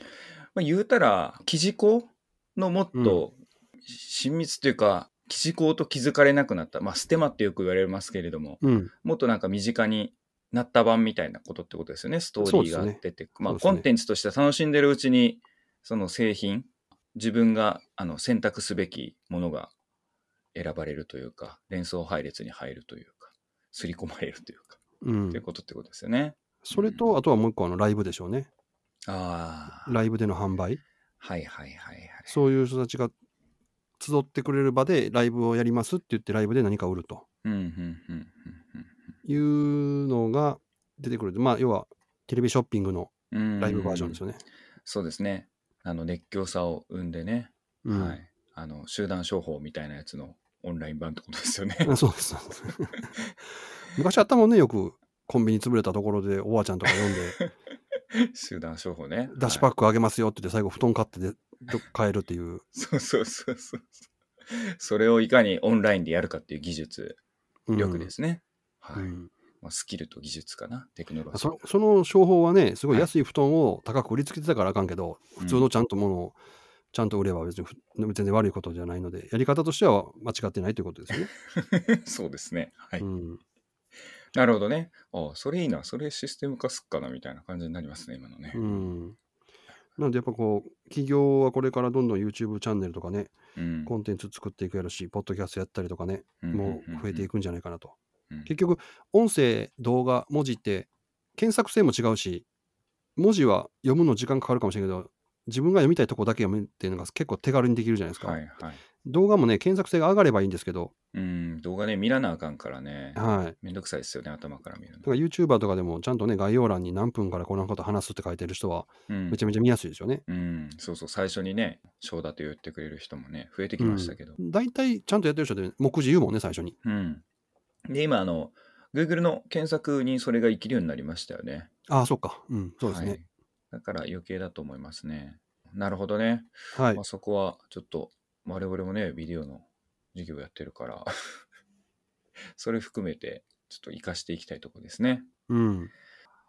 [SPEAKER 1] まあ、言うたら記事項のもっと親密というか、記事項と気づかれなくなった、まあ、ステマってよく言われますけれども
[SPEAKER 2] うん。
[SPEAKER 1] もっとなんか身近になった版みたいなことってことですよねストー
[SPEAKER 2] そう
[SPEAKER 1] リ
[SPEAKER 2] で
[SPEAKER 1] ー
[SPEAKER 2] す
[SPEAKER 1] が
[SPEAKER 2] ね
[SPEAKER 1] 出てく、まあ
[SPEAKER 2] そうです
[SPEAKER 1] コ
[SPEAKER 2] ね
[SPEAKER 1] ンテンツとして楽しんでるうちにその製品自分があの選択すべきものが選ばれるというか連想配列に入るというか刷り込まれるというか、
[SPEAKER 2] う
[SPEAKER 1] とい
[SPEAKER 2] ん
[SPEAKER 1] う、ことってことですよね。
[SPEAKER 2] それと、あとはもう一個、あのライブでしょうね。
[SPEAKER 1] ああ、
[SPEAKER 2] ライブでの販売、
[SPEAKER 1] はいはいはいはい。
[SPEAKER 2] そういう人たちが集ってくれる場でライブをやりますって言って、ライブで何か売ると
[SPEAKER 1] うんうんうんうんうん
[SPEAKER 2] いうのが出てくる。まあ、要はテレビショッピングの
[SPEAKER 1] うん
[SPEAKER 2] ライブバージョンです
[SPEAKER 1] よ、
[SPEAKER 2] よね。
[SPEAKER 1] そうですねあの熱狂さを生んでね、
[SPEAKER 2] うん
[SPEAKER 1] はい、あの集団商法みたいなやつのオンライン版ってことですよね
[SPEAKER 2] あ そうです。そうです昔あったもんね、よくコンビニ潰れたところでおばあちゃんとか 呼んで、
[SPEAKER 1] 集団商法ね
[SPEAKER 2] だしパ
[SPEAKER 1] ッ
[SPEAKER 2] ックあげますよって言って、最後布団買ってでど買えるっていう。
[SPEAKER 1] そうそうそうそうそれをいかにオンラインでやるかっていう技術
[SPEAKER 2] うん
[SPEAKER 1] 力ですね、
[SPEAKER 2] う
[SPEAKER 1] はい
[SPEAKER 2] ん
[SPEAKER 1] まあ、スキルと技術かなテクノロジー
[SPEAKER 2] そその商法はね、すごい安い布団を高く売りつけてたからあかんけど、
[SPEAKER 1] 普
[SPEAKER 2] 普通のちゃんとものをちゃんと売れば別にふ全然悪いことじゃないので、やり方としては間違ってないということですよね。
[SPEAKER 1] そうですねはい、
[SPEAKER 2] うん、
[SPEAKER 1] なるほどねああそれいいなそれシステム化すっかなみたいな感じになりますね今のね
[SPEAKER 2] うんなのでやっぱこう、企業はこれからどんどん YouTube チャンネルとかね、
[SPEAKER 1] うん
[SPEAKER 2] コンテンツ作っていくやろし、ポッドキャストやったりとかね、
[SPEAKER 1] うん
[SPEAKER 2] もう増えてい
[SPEAKER 1] く、
[SPEAKER 2] くんじゃないかなと。
[SPEAKER 1] うん
[SPEAKER 2] 結局、音声、動画、文字って検索性も違うし、文字は読むの時間かかるかもしれないけど、自分が読みたいとこだけ読むっていうのが結構手軽にできるじゃないですか。
[SPEAKER 1] はいはい
[SPEAKER 2] 動画もね、検索性が上がればいいんですけど、
[SPEAKER 1] うん、動画ね、見らなあかんからね。
[SPEAKER 2] はい。
[SPEAKER 1] めんどくさいですよね、頭から見る
[SPEAKER 2] だから YouTuber とかでもちゃんとね、概要欄に何分からこのこと話すって書いてる人は、
[SPEAKER 1] の。うん
[SPEAKER 2] めちゃめちゃ見やすいですよね。
[SPEAKER 1] うん、そうそう、最初にね、章だと言ってくれる人もね、増えてきましたけど。
[SPEAKER 2] 大体ちゃんとやってる人って目次言うもんね、最初に。
[SPEAKER 1] うん。で、今、あの、Google の検索にそれが生きるようになりましたよね。
[SPEAKER 2] ああ、そっか。うん、そうです
[SPEAKER 1] は
[SPEAKER 2] ね。
[SPEAKER 1] いだから余計だと思いますね。なるほどね。
[SPEAKER 2] はい。
[SPEAKER 1] まあ、そこは、ちょっと、我々もね、ビデオの授業やってるから、 それ含めて、ちょっと活かしていきたいところですね。
[SPEAKER 2] うん。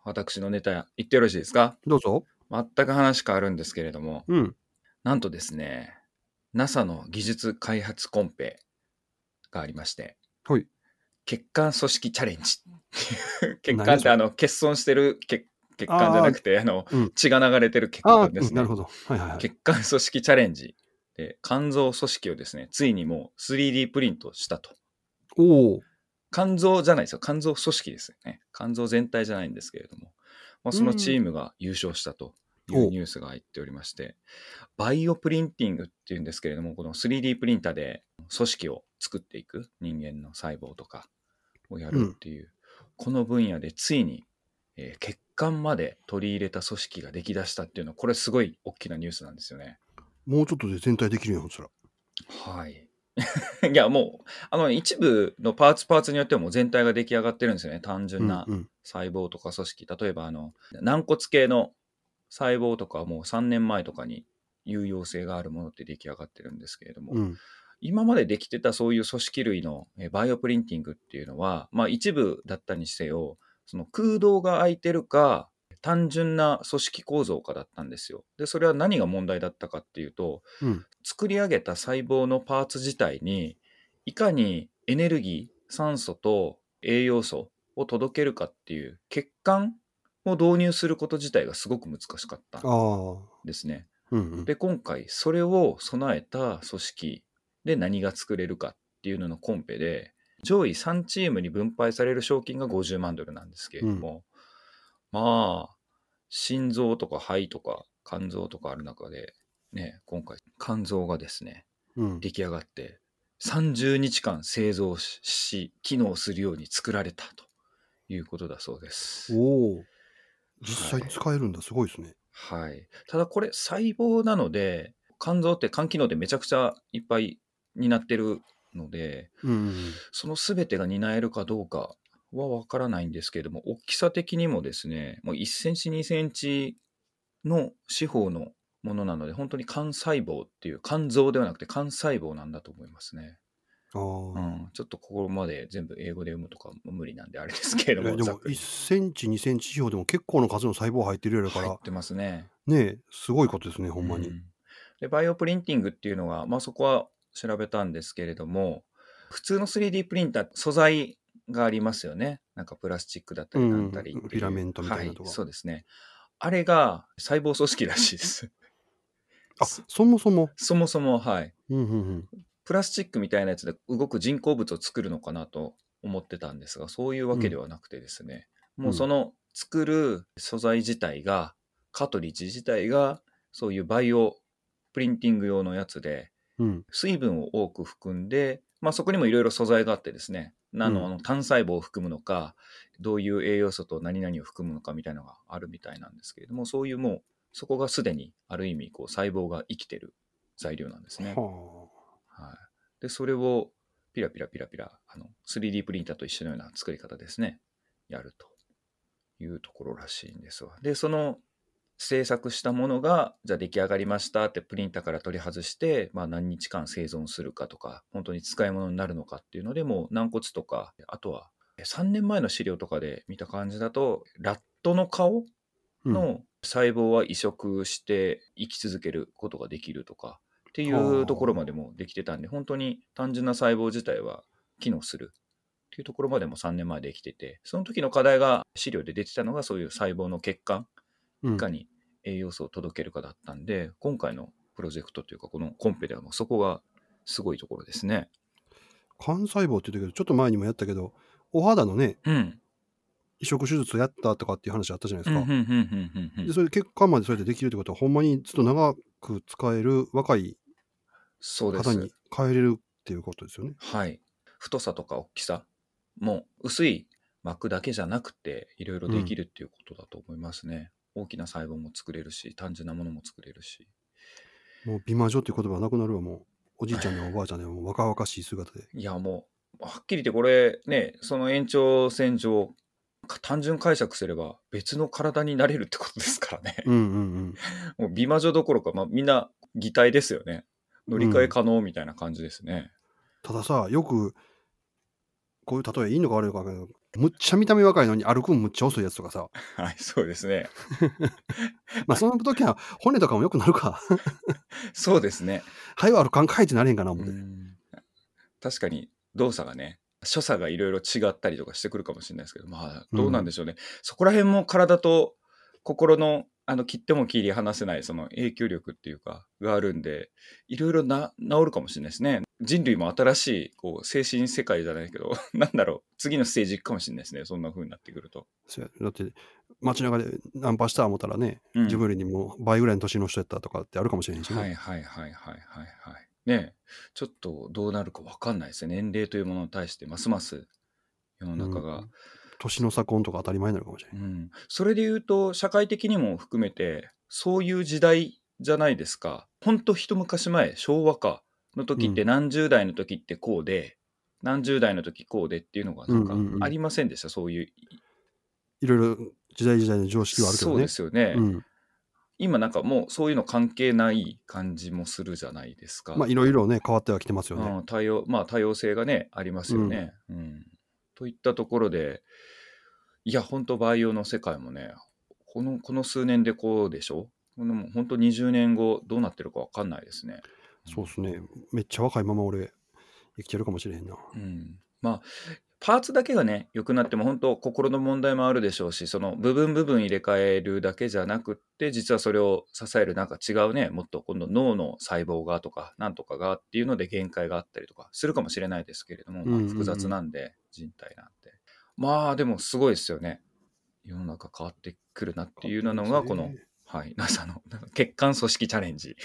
[SPEAKER 1] 私のネタ、言ってよろしいですか
[SPEAKER 2] どうぞ。
[SPEAKER 1] 全く話変わるんですけれども、
[SPEAKER 2] うん。
[SPEAKER 1] なんとですね、NASA の技術開発コンペがありまして、
[SPEAKER 2] はい
[SPEAKER 1] 血管組織チャレン ジ。血
[SPEAKER 2] 何
[SPEAKER 1] 管っ
[SPEAKER 2] そ
[SPEAKER 1] て
[SPEAKER 2] れ
[SPEAKER 1] あの欠損してる血血管じゃなくてあの、
[SPEAKER 2] うん
[SPEAKER 1] 血が流れてる血
[SPEAKER 2] ああ、
[SPEAKER 1] 管で
[SPEAKER 2] う
[SPEAKER 1] す
[SPEAKER 2] ん
[SPEAKER 1] ね。
[SPEAKER 2] なるほど。はいはいはい。
[SPEAKER 1] 血管組織チャレンジで肝臓組織をですね、ついにもう 3D プリントしたと。
[SPEAKER 2] おお。
[SPEAKER 1] 肝臓じゃないですよ。肝臓組織ですよね。肝臓全体じゃないんですけれども、まあ、そのチームが優勝したとい
[SPEAKER 2] うん
[SPEAKER 1] う
[SPEAKER 2] お
[SPEAKER 1] ニュースが入っておりまして、バイオプリンティングっていうんですけれども、この 3D プリンターで組織を作っていく、人間の細胞とかをやるっていう、この分野でついに、えー血管まで取り入れた組織ができだしたっていうのは、これすごい大きなニュースなんですよね。
[SPEAKER 2] もうちょっとで全体できるよ、そしたら。
[SPEAKER 1] はい。 いや、もう、あの、一部のパーツパーツによってはもう全体が出来上がってるんですよね。単純な
[SPEAKER 2] うんうん。
[SPEAKER 1] 細胞とか組織例えばあの軟骨系の細胞とかはもう3年前とかに有用性があるものって出来上がってるんですけれども、
[SPEAKER 2] うん。
[SPEAKER 1] 今までできてたそういう組織類のえバイオプリンティングっていうのは、まあ、一部だったにせよその空洞が空いてるか単純な組織構造かだったんですよ。でそれは何が問題だったかっていうと
[SPEAKER 2] うん。
[SPEAKER 1] 作り上げた細胞のパーツ自体にいかにエネルギー酸素と栄養素を届けるかっていう血管を導入すること自体がすごく難しかったん
[SPEAKER 2] ああ。
[SPEAKER 1] ですね。
[SPEAKER 2] うんうん。
[SPEAKER 1] で今回それを備えた組織で何が作れるかっていうののコンペで上位3チームに分配される賞金が50万ドルなんですけれども、まあ心臓とか肺とか肝臓とかある中で、ね、今回肝臓がですね
[SPEAKER 2] うん。
[SPEAKER 1] 出来上がって30日間製造しし機能するように作られたということだそうです。
[SPEAKER 2] おお。実際に使えるんだ、すごいですね。
[SPEAKER 1] はい、ただこれ細胞なので肝臓って肝機能でめちゃくちゃいっぱいになってるので
[SPEAKER 2] うんうんうん。
[SPEAKER 1] その全てが担えるかどうかはわからないんですけれども大きさ的にもですねもう1センチ2センチの四方のものなので本当に肝細胞っていう肝臓ではなくて肝細胞なんだと思いますね。
[SPEAKER 2] あ
[SPEAKER 1] う
[SPEAKER 2] あ。
[SPEAKER 1] ん、ちょっとここまで全部英語で読むとかも無理なんであれですけれど
[SPEAKER 2] え
[SPEAKER 1] も
[SPEAKER 2] で
[SPEAKER 1] ざ
[SPEAKER 2] も
[SPEAKER 1] っくり
[SPEAKER 2] 1センチ2センチ四方でも結構な数の細胞入ってるようだから、
[SPEAKER 1] 入ってますね。
[SPEAKER 2] ねえすごいことですねほんまに、
[SPEAKER 1] うんでバイオプリンティングっていうのが、まあ、そこは調べたんですけれども普通の 3D プリンター素材がありますよねなんかプラスチックだったり
[SPEAKER 2] うんう
[SPEAKER 1] なんんだりっていう、
[SPEAKER 2] フィラメントみたいなとこ
[SPEAKER 1] はい、そうですねあれが細胞組織らしいです
[SPEAKER 2] あそもそも、
[SPEAKER 1] そもそもはい
[SPEAKER 2] うんうんうん、
[SPEAKER 1] プラスチックみたいなやつで動く人工物を作るのかなと思ってたんですがそういうわけではなくてですね、
[SPEAKER 2] ん
[SPEAKER 1] もうその作る素材自体がカトリッジ自体がそういうバイオプリンティング用のやつで
[SPEAKER 2] うん
[SPEAKER 1] 水分を多く含んで、まあ、そこにもいろいろ素材があってですねあの、
[SPEAKER 2] うん
[SPEAKER 1] あの単細胞を含むのかどういう栄養素と何々を含むのかみたいなのがあるみたいなんですけれどもそういうもうそこがすでにある意味こう細胞が生きてる材料なんですね。
[SPEAKER 2] は
[SPEAKER 1] はい、でそれをピラピラピラピラあの 3D プリンターと一緒のような作り方ですねやるというところらしいんですわでその制作したものがじゃあ出来上がりましたってプリンターから取り外して、まあ、何日間生存するかとか本当に使い物になるのかっていうのでもう軟骨とかあとは3年前の資料とかで見た感じだとラットの顔
[SPEAKER 2] あ、うん、
[SPEAKER 1] の細胞は移植して生き続けることができるとかってい
[SPEAKER 2] はあ
[SPEAKER 1] うところまでもできてたんで本当に単純な細胞自体は機能するっていうところまでも3年前できててその時の課題が資料で出てたのがそういう細胞の血管
[SPEAKER 2] うん
[SPEAKER 1] いかに栄養素を届けるかだったんで今回のプロジェクトというかこのコンペではもうそこがすごいところですね。
[SPEAKER 2] 幹細胞って言ったけどちょっと前にもやったけどお肌のね
[SPEAKER 1] うん、
[SPEAKER 2] 移植手術やったとかっていう話あったじゃないで
[SPEAKER 1] うん
[SPEAKER 2] す
[SPEAKER 1] うん
[SPEAKER 2] か、
[SPEAKER 1] うんうんうんう
[SPEAKER 2] で
[SPEAKER 1] ん
[SPEAKER 2] それ血管までそうやってできるってことはほんまにちょっと長く使える若い
[SPEAKER 1] そうで
[SPEAKER 2] 方
[SPEAKER 1] す
[SPEAKER 2] に変えれるっていうことですよね
[SPEAKER 1] はい、太さとか大きさも薄い膜だけじゃなくていろいろできるっていうことだと思いますね、大きな細胞も作れるし単純なものも作れるし
[SPEAKER 2] もう美魔女っていう言葉はなくなるわもうおじいちゃんでもおばあちゃんでももう若々しい姿で
[SPEAKER 1] いやもうはっきり言ってこれねその延長線上単純解釈すれば別の体になれるってことですからね、
[SPEAKER 2] うんうんうん
[SPEAKER 1] もう美魔女どころか、まあ、みんな擬態ですよね乗り換え可能みたいな感じですね、
[SPEAKER 2] たださよくこういう例えいいのか悪いのかわかんないけどむっちゃ見た目若いのに歩くんむっちゃ遅いやつ とかさ、
[SPEAKER 1] はいそうですね
[SPEAKER 2] まあ、その時は骨とかもよくなるか
[SPEAKER 1] そうですね
[SPEAKER 2] はい歩かんかいってなれへんかな思って、
[SPEAKER 1] うん確かに動作がね所作がいろいろ違ったりとかしてくるかもしれないですけどまあどうなんでしょうね、そこら辺も体と心のあの切っても切り離せないその影響力っていうかがあるんでいろいろな治るかもしれないですね人類も新しいこう精神世界じゃないけど なんだろう次のステージ行くかもしれないですねそんな風になってくると、
[SPEAKER 2] そうやだって街中でナンパした思ったらね、
[SPEAKER 1] うん
[SPEAKER 2] 自分よりも倍ぐらいの年の人やったとかってあるかもしれへんしね、
[SPEAKER 1] はいはいはいはいはいはい。ねえちょっとどうなるか分かんないですね年齢というものに対してますます世の中が、
[SPEAKER 2] うん年の差婚とか当たり前になるかもしれ
[SPEAKER 1] う
[SPEAKER 2] ない、
[SPEAKER 1] ん、それで言うと社会的にも含めてそういう時代じゃないですかほんと一昔前昭和かの時って
[SPEAKER 2] う
[SPEAKER 1] 何十代の時ってこうで、何十代の時こうでっていうのがなんか
[SPEAKER 2] うんうんうん
[SPEAKER 1] ありませんでした、そういう
[SPEAKER 2] いろいろ時代時代の常識はあるけど
[SPEAKER 1] そう
[SPEAKER 2] ね
[SPEAKER 1] ですよね、
[SPEAKER 2] うん
[SPEAKER 1] 今なんかもうそういうの関係ない感じもするじゃないですか、
[SPEAKER 2] まあいろいろね変わってはきてますよね、
[SPEAKER 1] うん、多様まあ多様性がねありますよね、うんといったところでいや本当培養の世界もねこのこの数年でこうでしょこのもう本当20年後どうなってるかわかんないですね。
[SPEAKER 2] そうですねめっちゃ若いまま俺生きてるかもしれへんな
[SPEAKER 1] うん、まあパーツだけがね、良くなっても本当心の問題もあるでしょうし、その部分部分入れ替えるだけじゃなくって、実はそれを支えるなんか違うね、もっと今度脳の細胞がとか、なんとかがっていうので限界があったりとかするかもしれないですけれども、まあ
[SPEAKER 2] うんうんうん
[SPEAKER 1] 複雑なんで、人体なんて。まあでもすごいですよね。世の中変わってくるなっていうのが、この、はい、NASA のなんか血管組織チャレンジ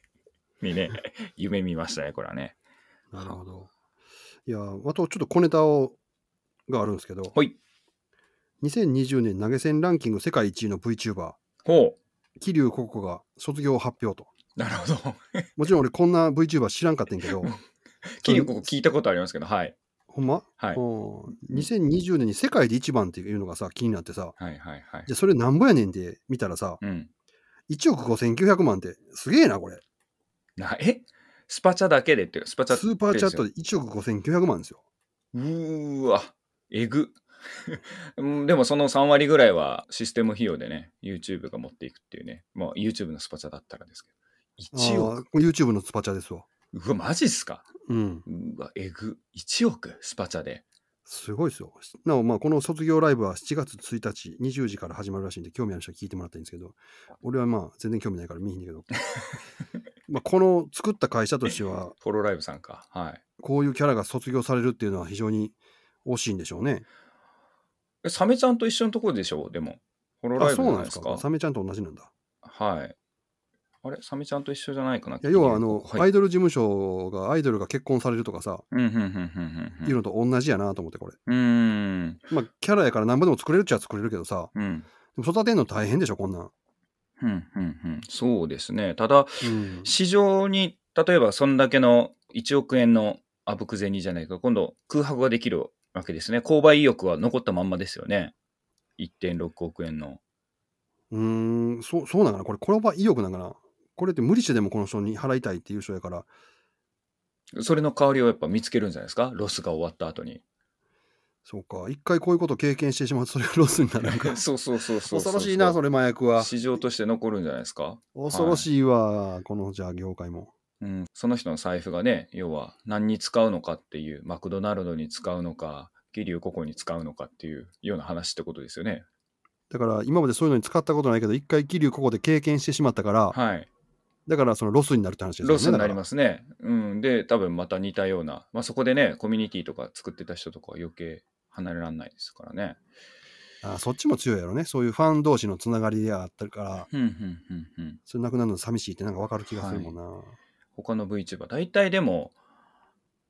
[SPEAKER 1] にね、夢見ましたね、これはね。
[SPEAKER 2] なるほど。いや、あとちょっと小ネタをがあるんですけど、
[SPEAKER 1] ほい、
[SPEAKER 2] 2020年投げ銭ランキング世界1位の VTuber、
[SPEAKER 1] ほ
[SPEAKER 2] 桐生ココが卒業を発表と。
[SPEAKER 1] う、なるほど。
[SPEAKER 2] もちろん俺こんな VTuber 知らんかったんやけど、
[SPEAKER 1] キリコ聞いたことありますけど、はい。
[SPEAKER 2] ほんま、
[SPEAKER 1] はい。
[SPEAKER 2] うん2020年に世界で一番っていうのがさ、気になってさ、
[SPEAKER 1] はいはいはい
[SPEAKER 2] じゃ。あそれなんぼやねんって見たらさ、
[SPEAKER 1] うん。
[SPEAKER 2] 1億5900万ってすげえな、これ。
[SPEAKER 1] な、えスパチャだけでっていう、スパチャ
[SPEAKER 2] スーパーチャット
[SPEAKER 1] で
[SPEAKER 2] で1億5900万ですよ。
[SPEAKER 1] すよ。うーわ、えぐ。 うんでもその3割ぐらいはシステム費用でね、YouTube が持っていくっていうね。まあ YouTube のスパチャだったらですけど。1億
[SPEAKER 2] あーこれ YouTube のスパチャですわ。
[SPEAKER 1] うわ、マジっすか
[SPEAKER 2] うん。
[SPEAKER 1] うわ、えぐ。1億スパチャで。
[SPEAKER 2] すごいですよ。なお、まあ、この卒業ライブは7月1日、20時から始まるらしいんで、興味ある人は聞いてもらったらいいんですけど、俺はまあ、全然興味ないから見えへんねん けど、まあこの作った会社としては、
[SPEAKER 1] フォローライブさんか。はい。
[SPEAKER 2] こういうキャラが卒業されるっていうのは非常に惜しいんでしょうね。
[SPEAKER 1] えサメちゃんと一緒のところでしょでも。フォローラ
[SPEAKER 2] あ、
[SPEAKER 1] イブ
[SPEAKER 2] そう
[SPEAKER 1] じゃ
[SPEAKER 2] な
[SPEAKER 1] なんい
[SPEAKER 2] で
[SPEAKER 1] ですす
[SPEAKER 2] か。
[SPEAKER 1] か。
[SPEAKER 2] サメちゃんと同じなんだ。
[SPEAKER 1] はい。あれサメちゃんと一緒じゃないかない
[SPEAKER 2] や要は、あの、
[SPEAKER 1] はい
[SPEAKER 2] アイドル事務所が、アイドルが結婚されるとかさ、
[SPEAKER 1] うん、うん、うん、うんうん
[SPEAKER 2] いうのと同じやなと思って、これ。
[SPEAKER 1] うん。うーん。
[SPEAKER 2] まあ、キャラやから何ぼでも作れるっちゃ作れるけどさ、
[SPEAKER 1] うん。
[SPEAKER 2] でも育てんの大変でしょ、こんなん。
[SPEAKER 1] うんうんうん、そうですね。ただ、
[SPEAKER 2] うん。
[SPEAKER 1] 市場に、例えばそんだけの1億円のあぶく銭じゃないけど、今度空白ができるわけですね。購買意欲は残ったまんまですよね。1.6億円の。
[SPEAKER 2] うーん、そう、そうなんかなこれ、この場意欲なんかなこれって無理してでもこの人に払いたいっていう人やから、
[SPEAKER 1] それの代わりをやっぱ見つけるんじゃないですかロスが終わった後に。。
[SPEAKER 2] そうか、一回こういうこと経験してしまうと、それがロスになるん か
[SPEAKER 1] そうそうそうそう
[SPEAKER 2] 恐ろしいな、そ
[SPEAKER 1] れ
[SPEAKER 2] れ、麻薬は。
[SPEAKER 1] 市場として残るんじゃないですか
[SPEAKER 2] 恐ろしいわ、この、じゃあ、業界も。
[SPEAKER 1] うん、その人の財布がね、要は何に使うのかっていう、マクドナルドに使うのか、桐生ココに使うのかっていうような話ってことですよね。
[SPEAKER 2] だから、今までそういうのに使ったことないけど、一回、桐生ここで経験してしまったから、
[SPEAKER 1] はい。
[SPEAKER 2] だから、そのロスになるって話ですよね。。
[SPEAKER 1] ロスになりますすね。うん、で、多分また似たような、まあ、そこでね、コミュニティとか作ってた人とかは余計離れられないですからね。
[SPEAKER 2] あそっちも強いやろね。そういうファン同士のつながりであったから、
[SPEAKER 1] うんうんうんうん。
[SPEAKER 2] それなくなるの寂しいってなんかわかる気がするもんな。
[SPEAKER 1] 他の VTuber、大体でも、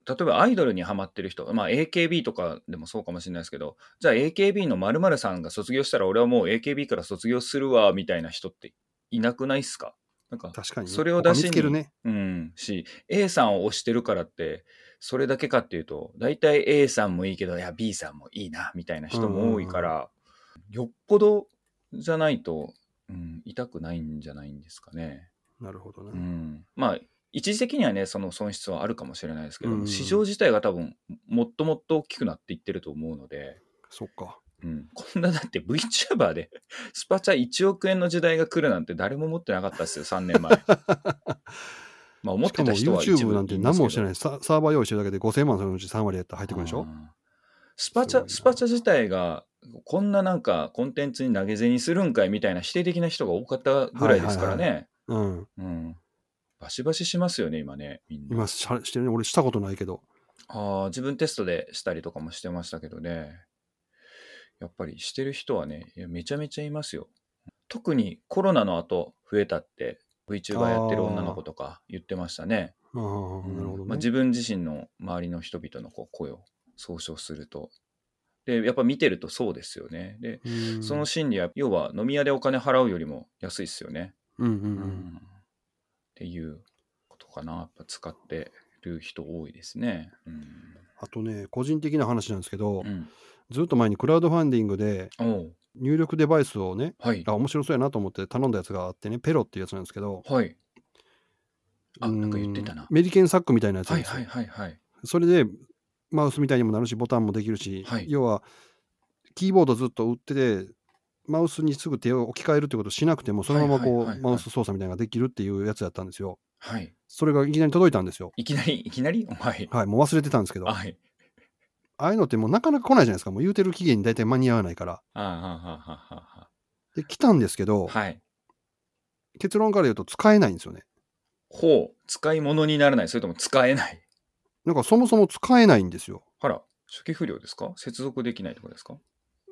[SPEAKER 1] 例えばアイドルにハマってる人、まあ AKB とかでもそうかもしれないですけど、じゃあ AKB の〇〇さんが卒業したら俺はもう AKB から卒業するわ、みたいな人っていなくないっすかなんか、
[SPEAKER 2] 確かに、ね。
[SPEAKER 1] それを出しに
[SPEAKER 2] 他見つけるね。
[SPEAKER 1] うん、し、A さんを推してるからって、それだけかっていうと、大体 A さんもいいけど、いや、B さんもいいな、みたいな人も多いから、よっぽどじゃないと、うん、痛くないんじゃないんですかね。
[SPEAKER 2] なるほどな。
[SPEAKER 1] うん、まあ、一時的にはね、その損失はあるかもしれないですけど、
[SPEAKER 2] うん
[SPEAKER 1] 市場自体が多分、もっともっと大きくなっていってると思うので、
[SPEAKER 2] そっか。
[SPEAKER 1] うん、こんなだって VTuber で スパチャ1億円の時代が来るなんて誰も思ってなかったですよ、3年 前。まあ思ってた人は
[SPEAKER 2] しかも YouTube なんて何もしてないいササーバー用意してるだけで5000万そのうち3割やったら入ってくるんでしょ
[SPEAKER 1] スパチ
[SPEAKER 2] すごい
[SPEAKER 1] ャ、
[SPEAKER 2] な
[SPEAKER 1] スパチャ自体が、こんななんかコンテンツに投げ銭するんかいみたいな否定的な人が多かったぐらいですからね。
[SPEAKER 2] うん。
[SPEAKER 1] うん。バシバシしますよね、今ね、みんな。
[SPEAKER 2] 今しゃしてるね。俺したことないけど。
[SPEAKER 1] ああ、自分テストでしたりとかもしてましたけどね。やっぱりしてる人はね、いやめちゃめちゃいますよ。特にコロナの後増えたって VTuber やってる女の子とか言ってましたね。
[SPEAKER 2] ああ、なるほどね。
[SPEAKER 1] まあ、自分自身の周りの人々のこう声を総称すると。で、やっぱ見てるとそうですよね。で、
[SPEAKER 2] うん
[SPEAKER 1] その心理は、要は飲み屋でお金払うよりも安いっすよね。
[SPEAKER 2] うんうんう。
[SPEAKER 1] うんっていうことかな。やっぱ使ってる人多いですね。うん。
[SPEAKER 2] あとね、個人的な話なんですけど、
[SPEAKER 1] うん、
[SPEAKER 2] ずっと前にクラウドファンディングで
[SPEAKER 1] おう
[SPEAKER 2] 入力デバイスをね、
[SPEAKER 1] はい
[SPEAKER 2] あ。面白そうやなと思って頼んだやつがあってね、ペロっていうやつなんですけど、
[SPEAKER 1] はい。あ、
[SPEAKER 2] う
[SPEAKER 1] なんか言ってたな。
[SPEAKER 2] メリケンサックみたいなやつな
[SPEAKER 1] は
[SPEAKER 2] ん
[SPEAKER 1] い
[SPEAKER 2] ですよ
[SPEAKER 1] はいはいはい。
[SPEAKER 2] それでマウスみたいにもなるしボタンもできるし、
[SPEAKER 1] はい
[SPEAKER 2] 要はキーボードずっと打っててマウスにすぐ手を置き換えるってことをしなくてもそのまま
[SPEAKER 1] はい
[SPEAKER 2] こ
[SPEAKER 1] はいはいう
[SPEAKER 2] マウス操作みたいなのができるっていうやつだったんですよ。
[SPEAKER 1] はい。
[SPEAKER 2] それがいきなり届いたんですよ。
[SPEAKER 1] いきなり、いきなりはい。
[SPEAKER 2] はい、もう忘れてたんですけど、
[SPEAKER 1] はい。
[SPEAKER 2] ああいうのってもうなかなか来ないじゃないですか。もう言うてる期限に大体間に合わないから。
[SPEAKER 1] あーはんはんはんはんはんは
[SPEAKER 2] で、来たんですけど、
[SPEAKER 1] んはい。
[SPEAKER 2] 結論から言うと使えないんですよね。
[SPEAKER 1] ほう、使い物にならない、それとも使えない。
[SPEAKER 2] なんかそもそも使えないんですよ。
[SPEAKER 1] あら、初期不良ですか接続できないとかですか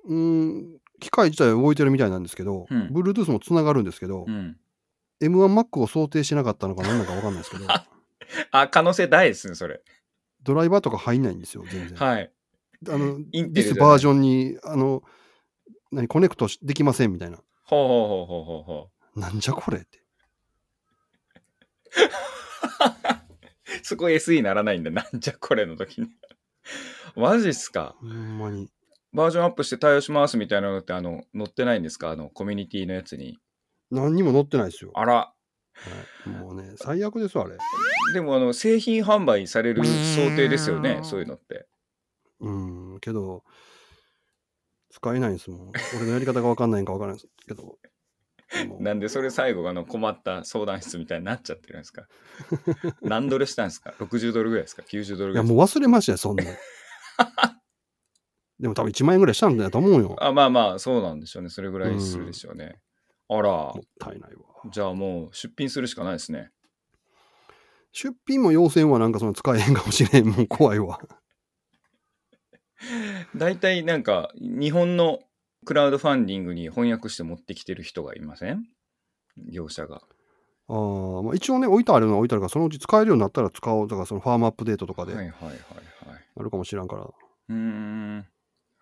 [SPEAKER 2] うーん、機械自体は動いてるみたいなんですけど、
[SPEAKER 1] うん
[SPEAKER 2] Bluetooth もつながるんですけど、
[SPEAKER 1] うん。
[SPEAKER 2] M1Mac を想定してなかったのか何なのか分かんないです けど、
[SPEAKER 1] あ、可能性大ですね、それ。
[SPEAKER 2] ドライバーとか入んないんですよ、全然。
[SPEAKER 1] はい。
[SPEAKER 2] あの、
[SPEAKER 1] インテ
[SPEAKER 2] ディ
[SPEAKER 1] ル
[SPEAKER 2] ス
[SPEAKER 1] じゃない
[SPEAKER 2] バージョンに、あの、何、コネクトしできませんみたいな。
[SPEAKER 1] ほうほうほうほうほ
[SPEAKER 2] なんじゃこれって。
[SPEAKER 1] うほう。そこ SE にならないんだ。なんじゃこれの時に。 マジっすか。
[SPEAKER 2] ほんまに。
[SPEAKER 1] バージョンアップして対応しますみたいなのって、あの、載ってないんですかあの、コミュニティのやつに。
[SPEAKER 2] 何にも載ってないですよ。
[SPEAKER 1] あら。
[SPEAKER 2] はいもうね、最悪ですわ、あれ。
[SPEAKER 1] でも、あの、製品販売される想定ですよね。そういうのって。
[SPEAKER 2] うん、けど、使えないんですもん。俺のやり方が分かんないんか分からないですけど。もう
[SPEAKER 1] なんでそれ最後があの困った相談室みたいになっちゃってるんで すか何ドルしたんですか ?60 ドルぐらいですか ?90 ドル
[SPEAKER 2] い
[SPEAKER 1] ぐら
[SPEAKER 2] や、
[SPEAKER 1] いです
[SPEAKER 2] もう忘れましたよ、そ んなん。でも多分1万円ぐらいしたんだと思うよ。
[SPEAKER 1] かあまあまあそうなんでしょうねそれぐらいするでしょうね、あら
[SPEAKER 2] もったいないわ。
[SPEAKER 1] じゃあもう出品するしかないですね
[SPEAKER 2] 出品も要請はなんかその使えへんかもしれん。もう怖いわ。
[SPEAKER 1] 大体なんか日本のクラウドファンディングに翻訳して持ってきてる人がいません業者が
[SPEAKER 2] あーまあ、一応ね、置いてあるのは置いてあるから、そのうち使えるようになったら使おうとか、そのファームアップデートとか
[SPEAKER 1] はい
[SPEAKER 2] で
[SPEAKER 1] はい
[SPEAKER 2] な
[SPEAKER 1] はいはい
[SPEAKER 2] るかもしらんから、
[SPEAKER 1] うーん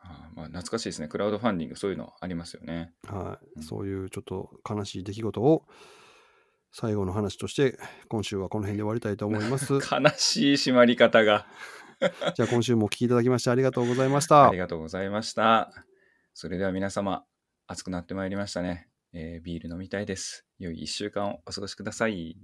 [SPEAKER 1] あまあ懐かしいですねクラウドファンディングそういうのありますよね
[SPEAKER 2] は
[SPEAKER 1] うん
[SPEAKER 2] い、そういうちょっと悲しい出来事を最後の話として、今週はこの辺で終わりたいと思 います。じ
[SPEAKER 1] 悲しい締まり方が
[SPEAKER 2] ゃあ今週もお聞きいただきましてありがとうございまし
[SPEAKER 1] あ
[SPEAKER 2] た
[SPEAKER 1] り。がとうございました。それでは皆様、暑くなってまいりましたね。えービール飲みたいです。良い一週間をお過ごしください。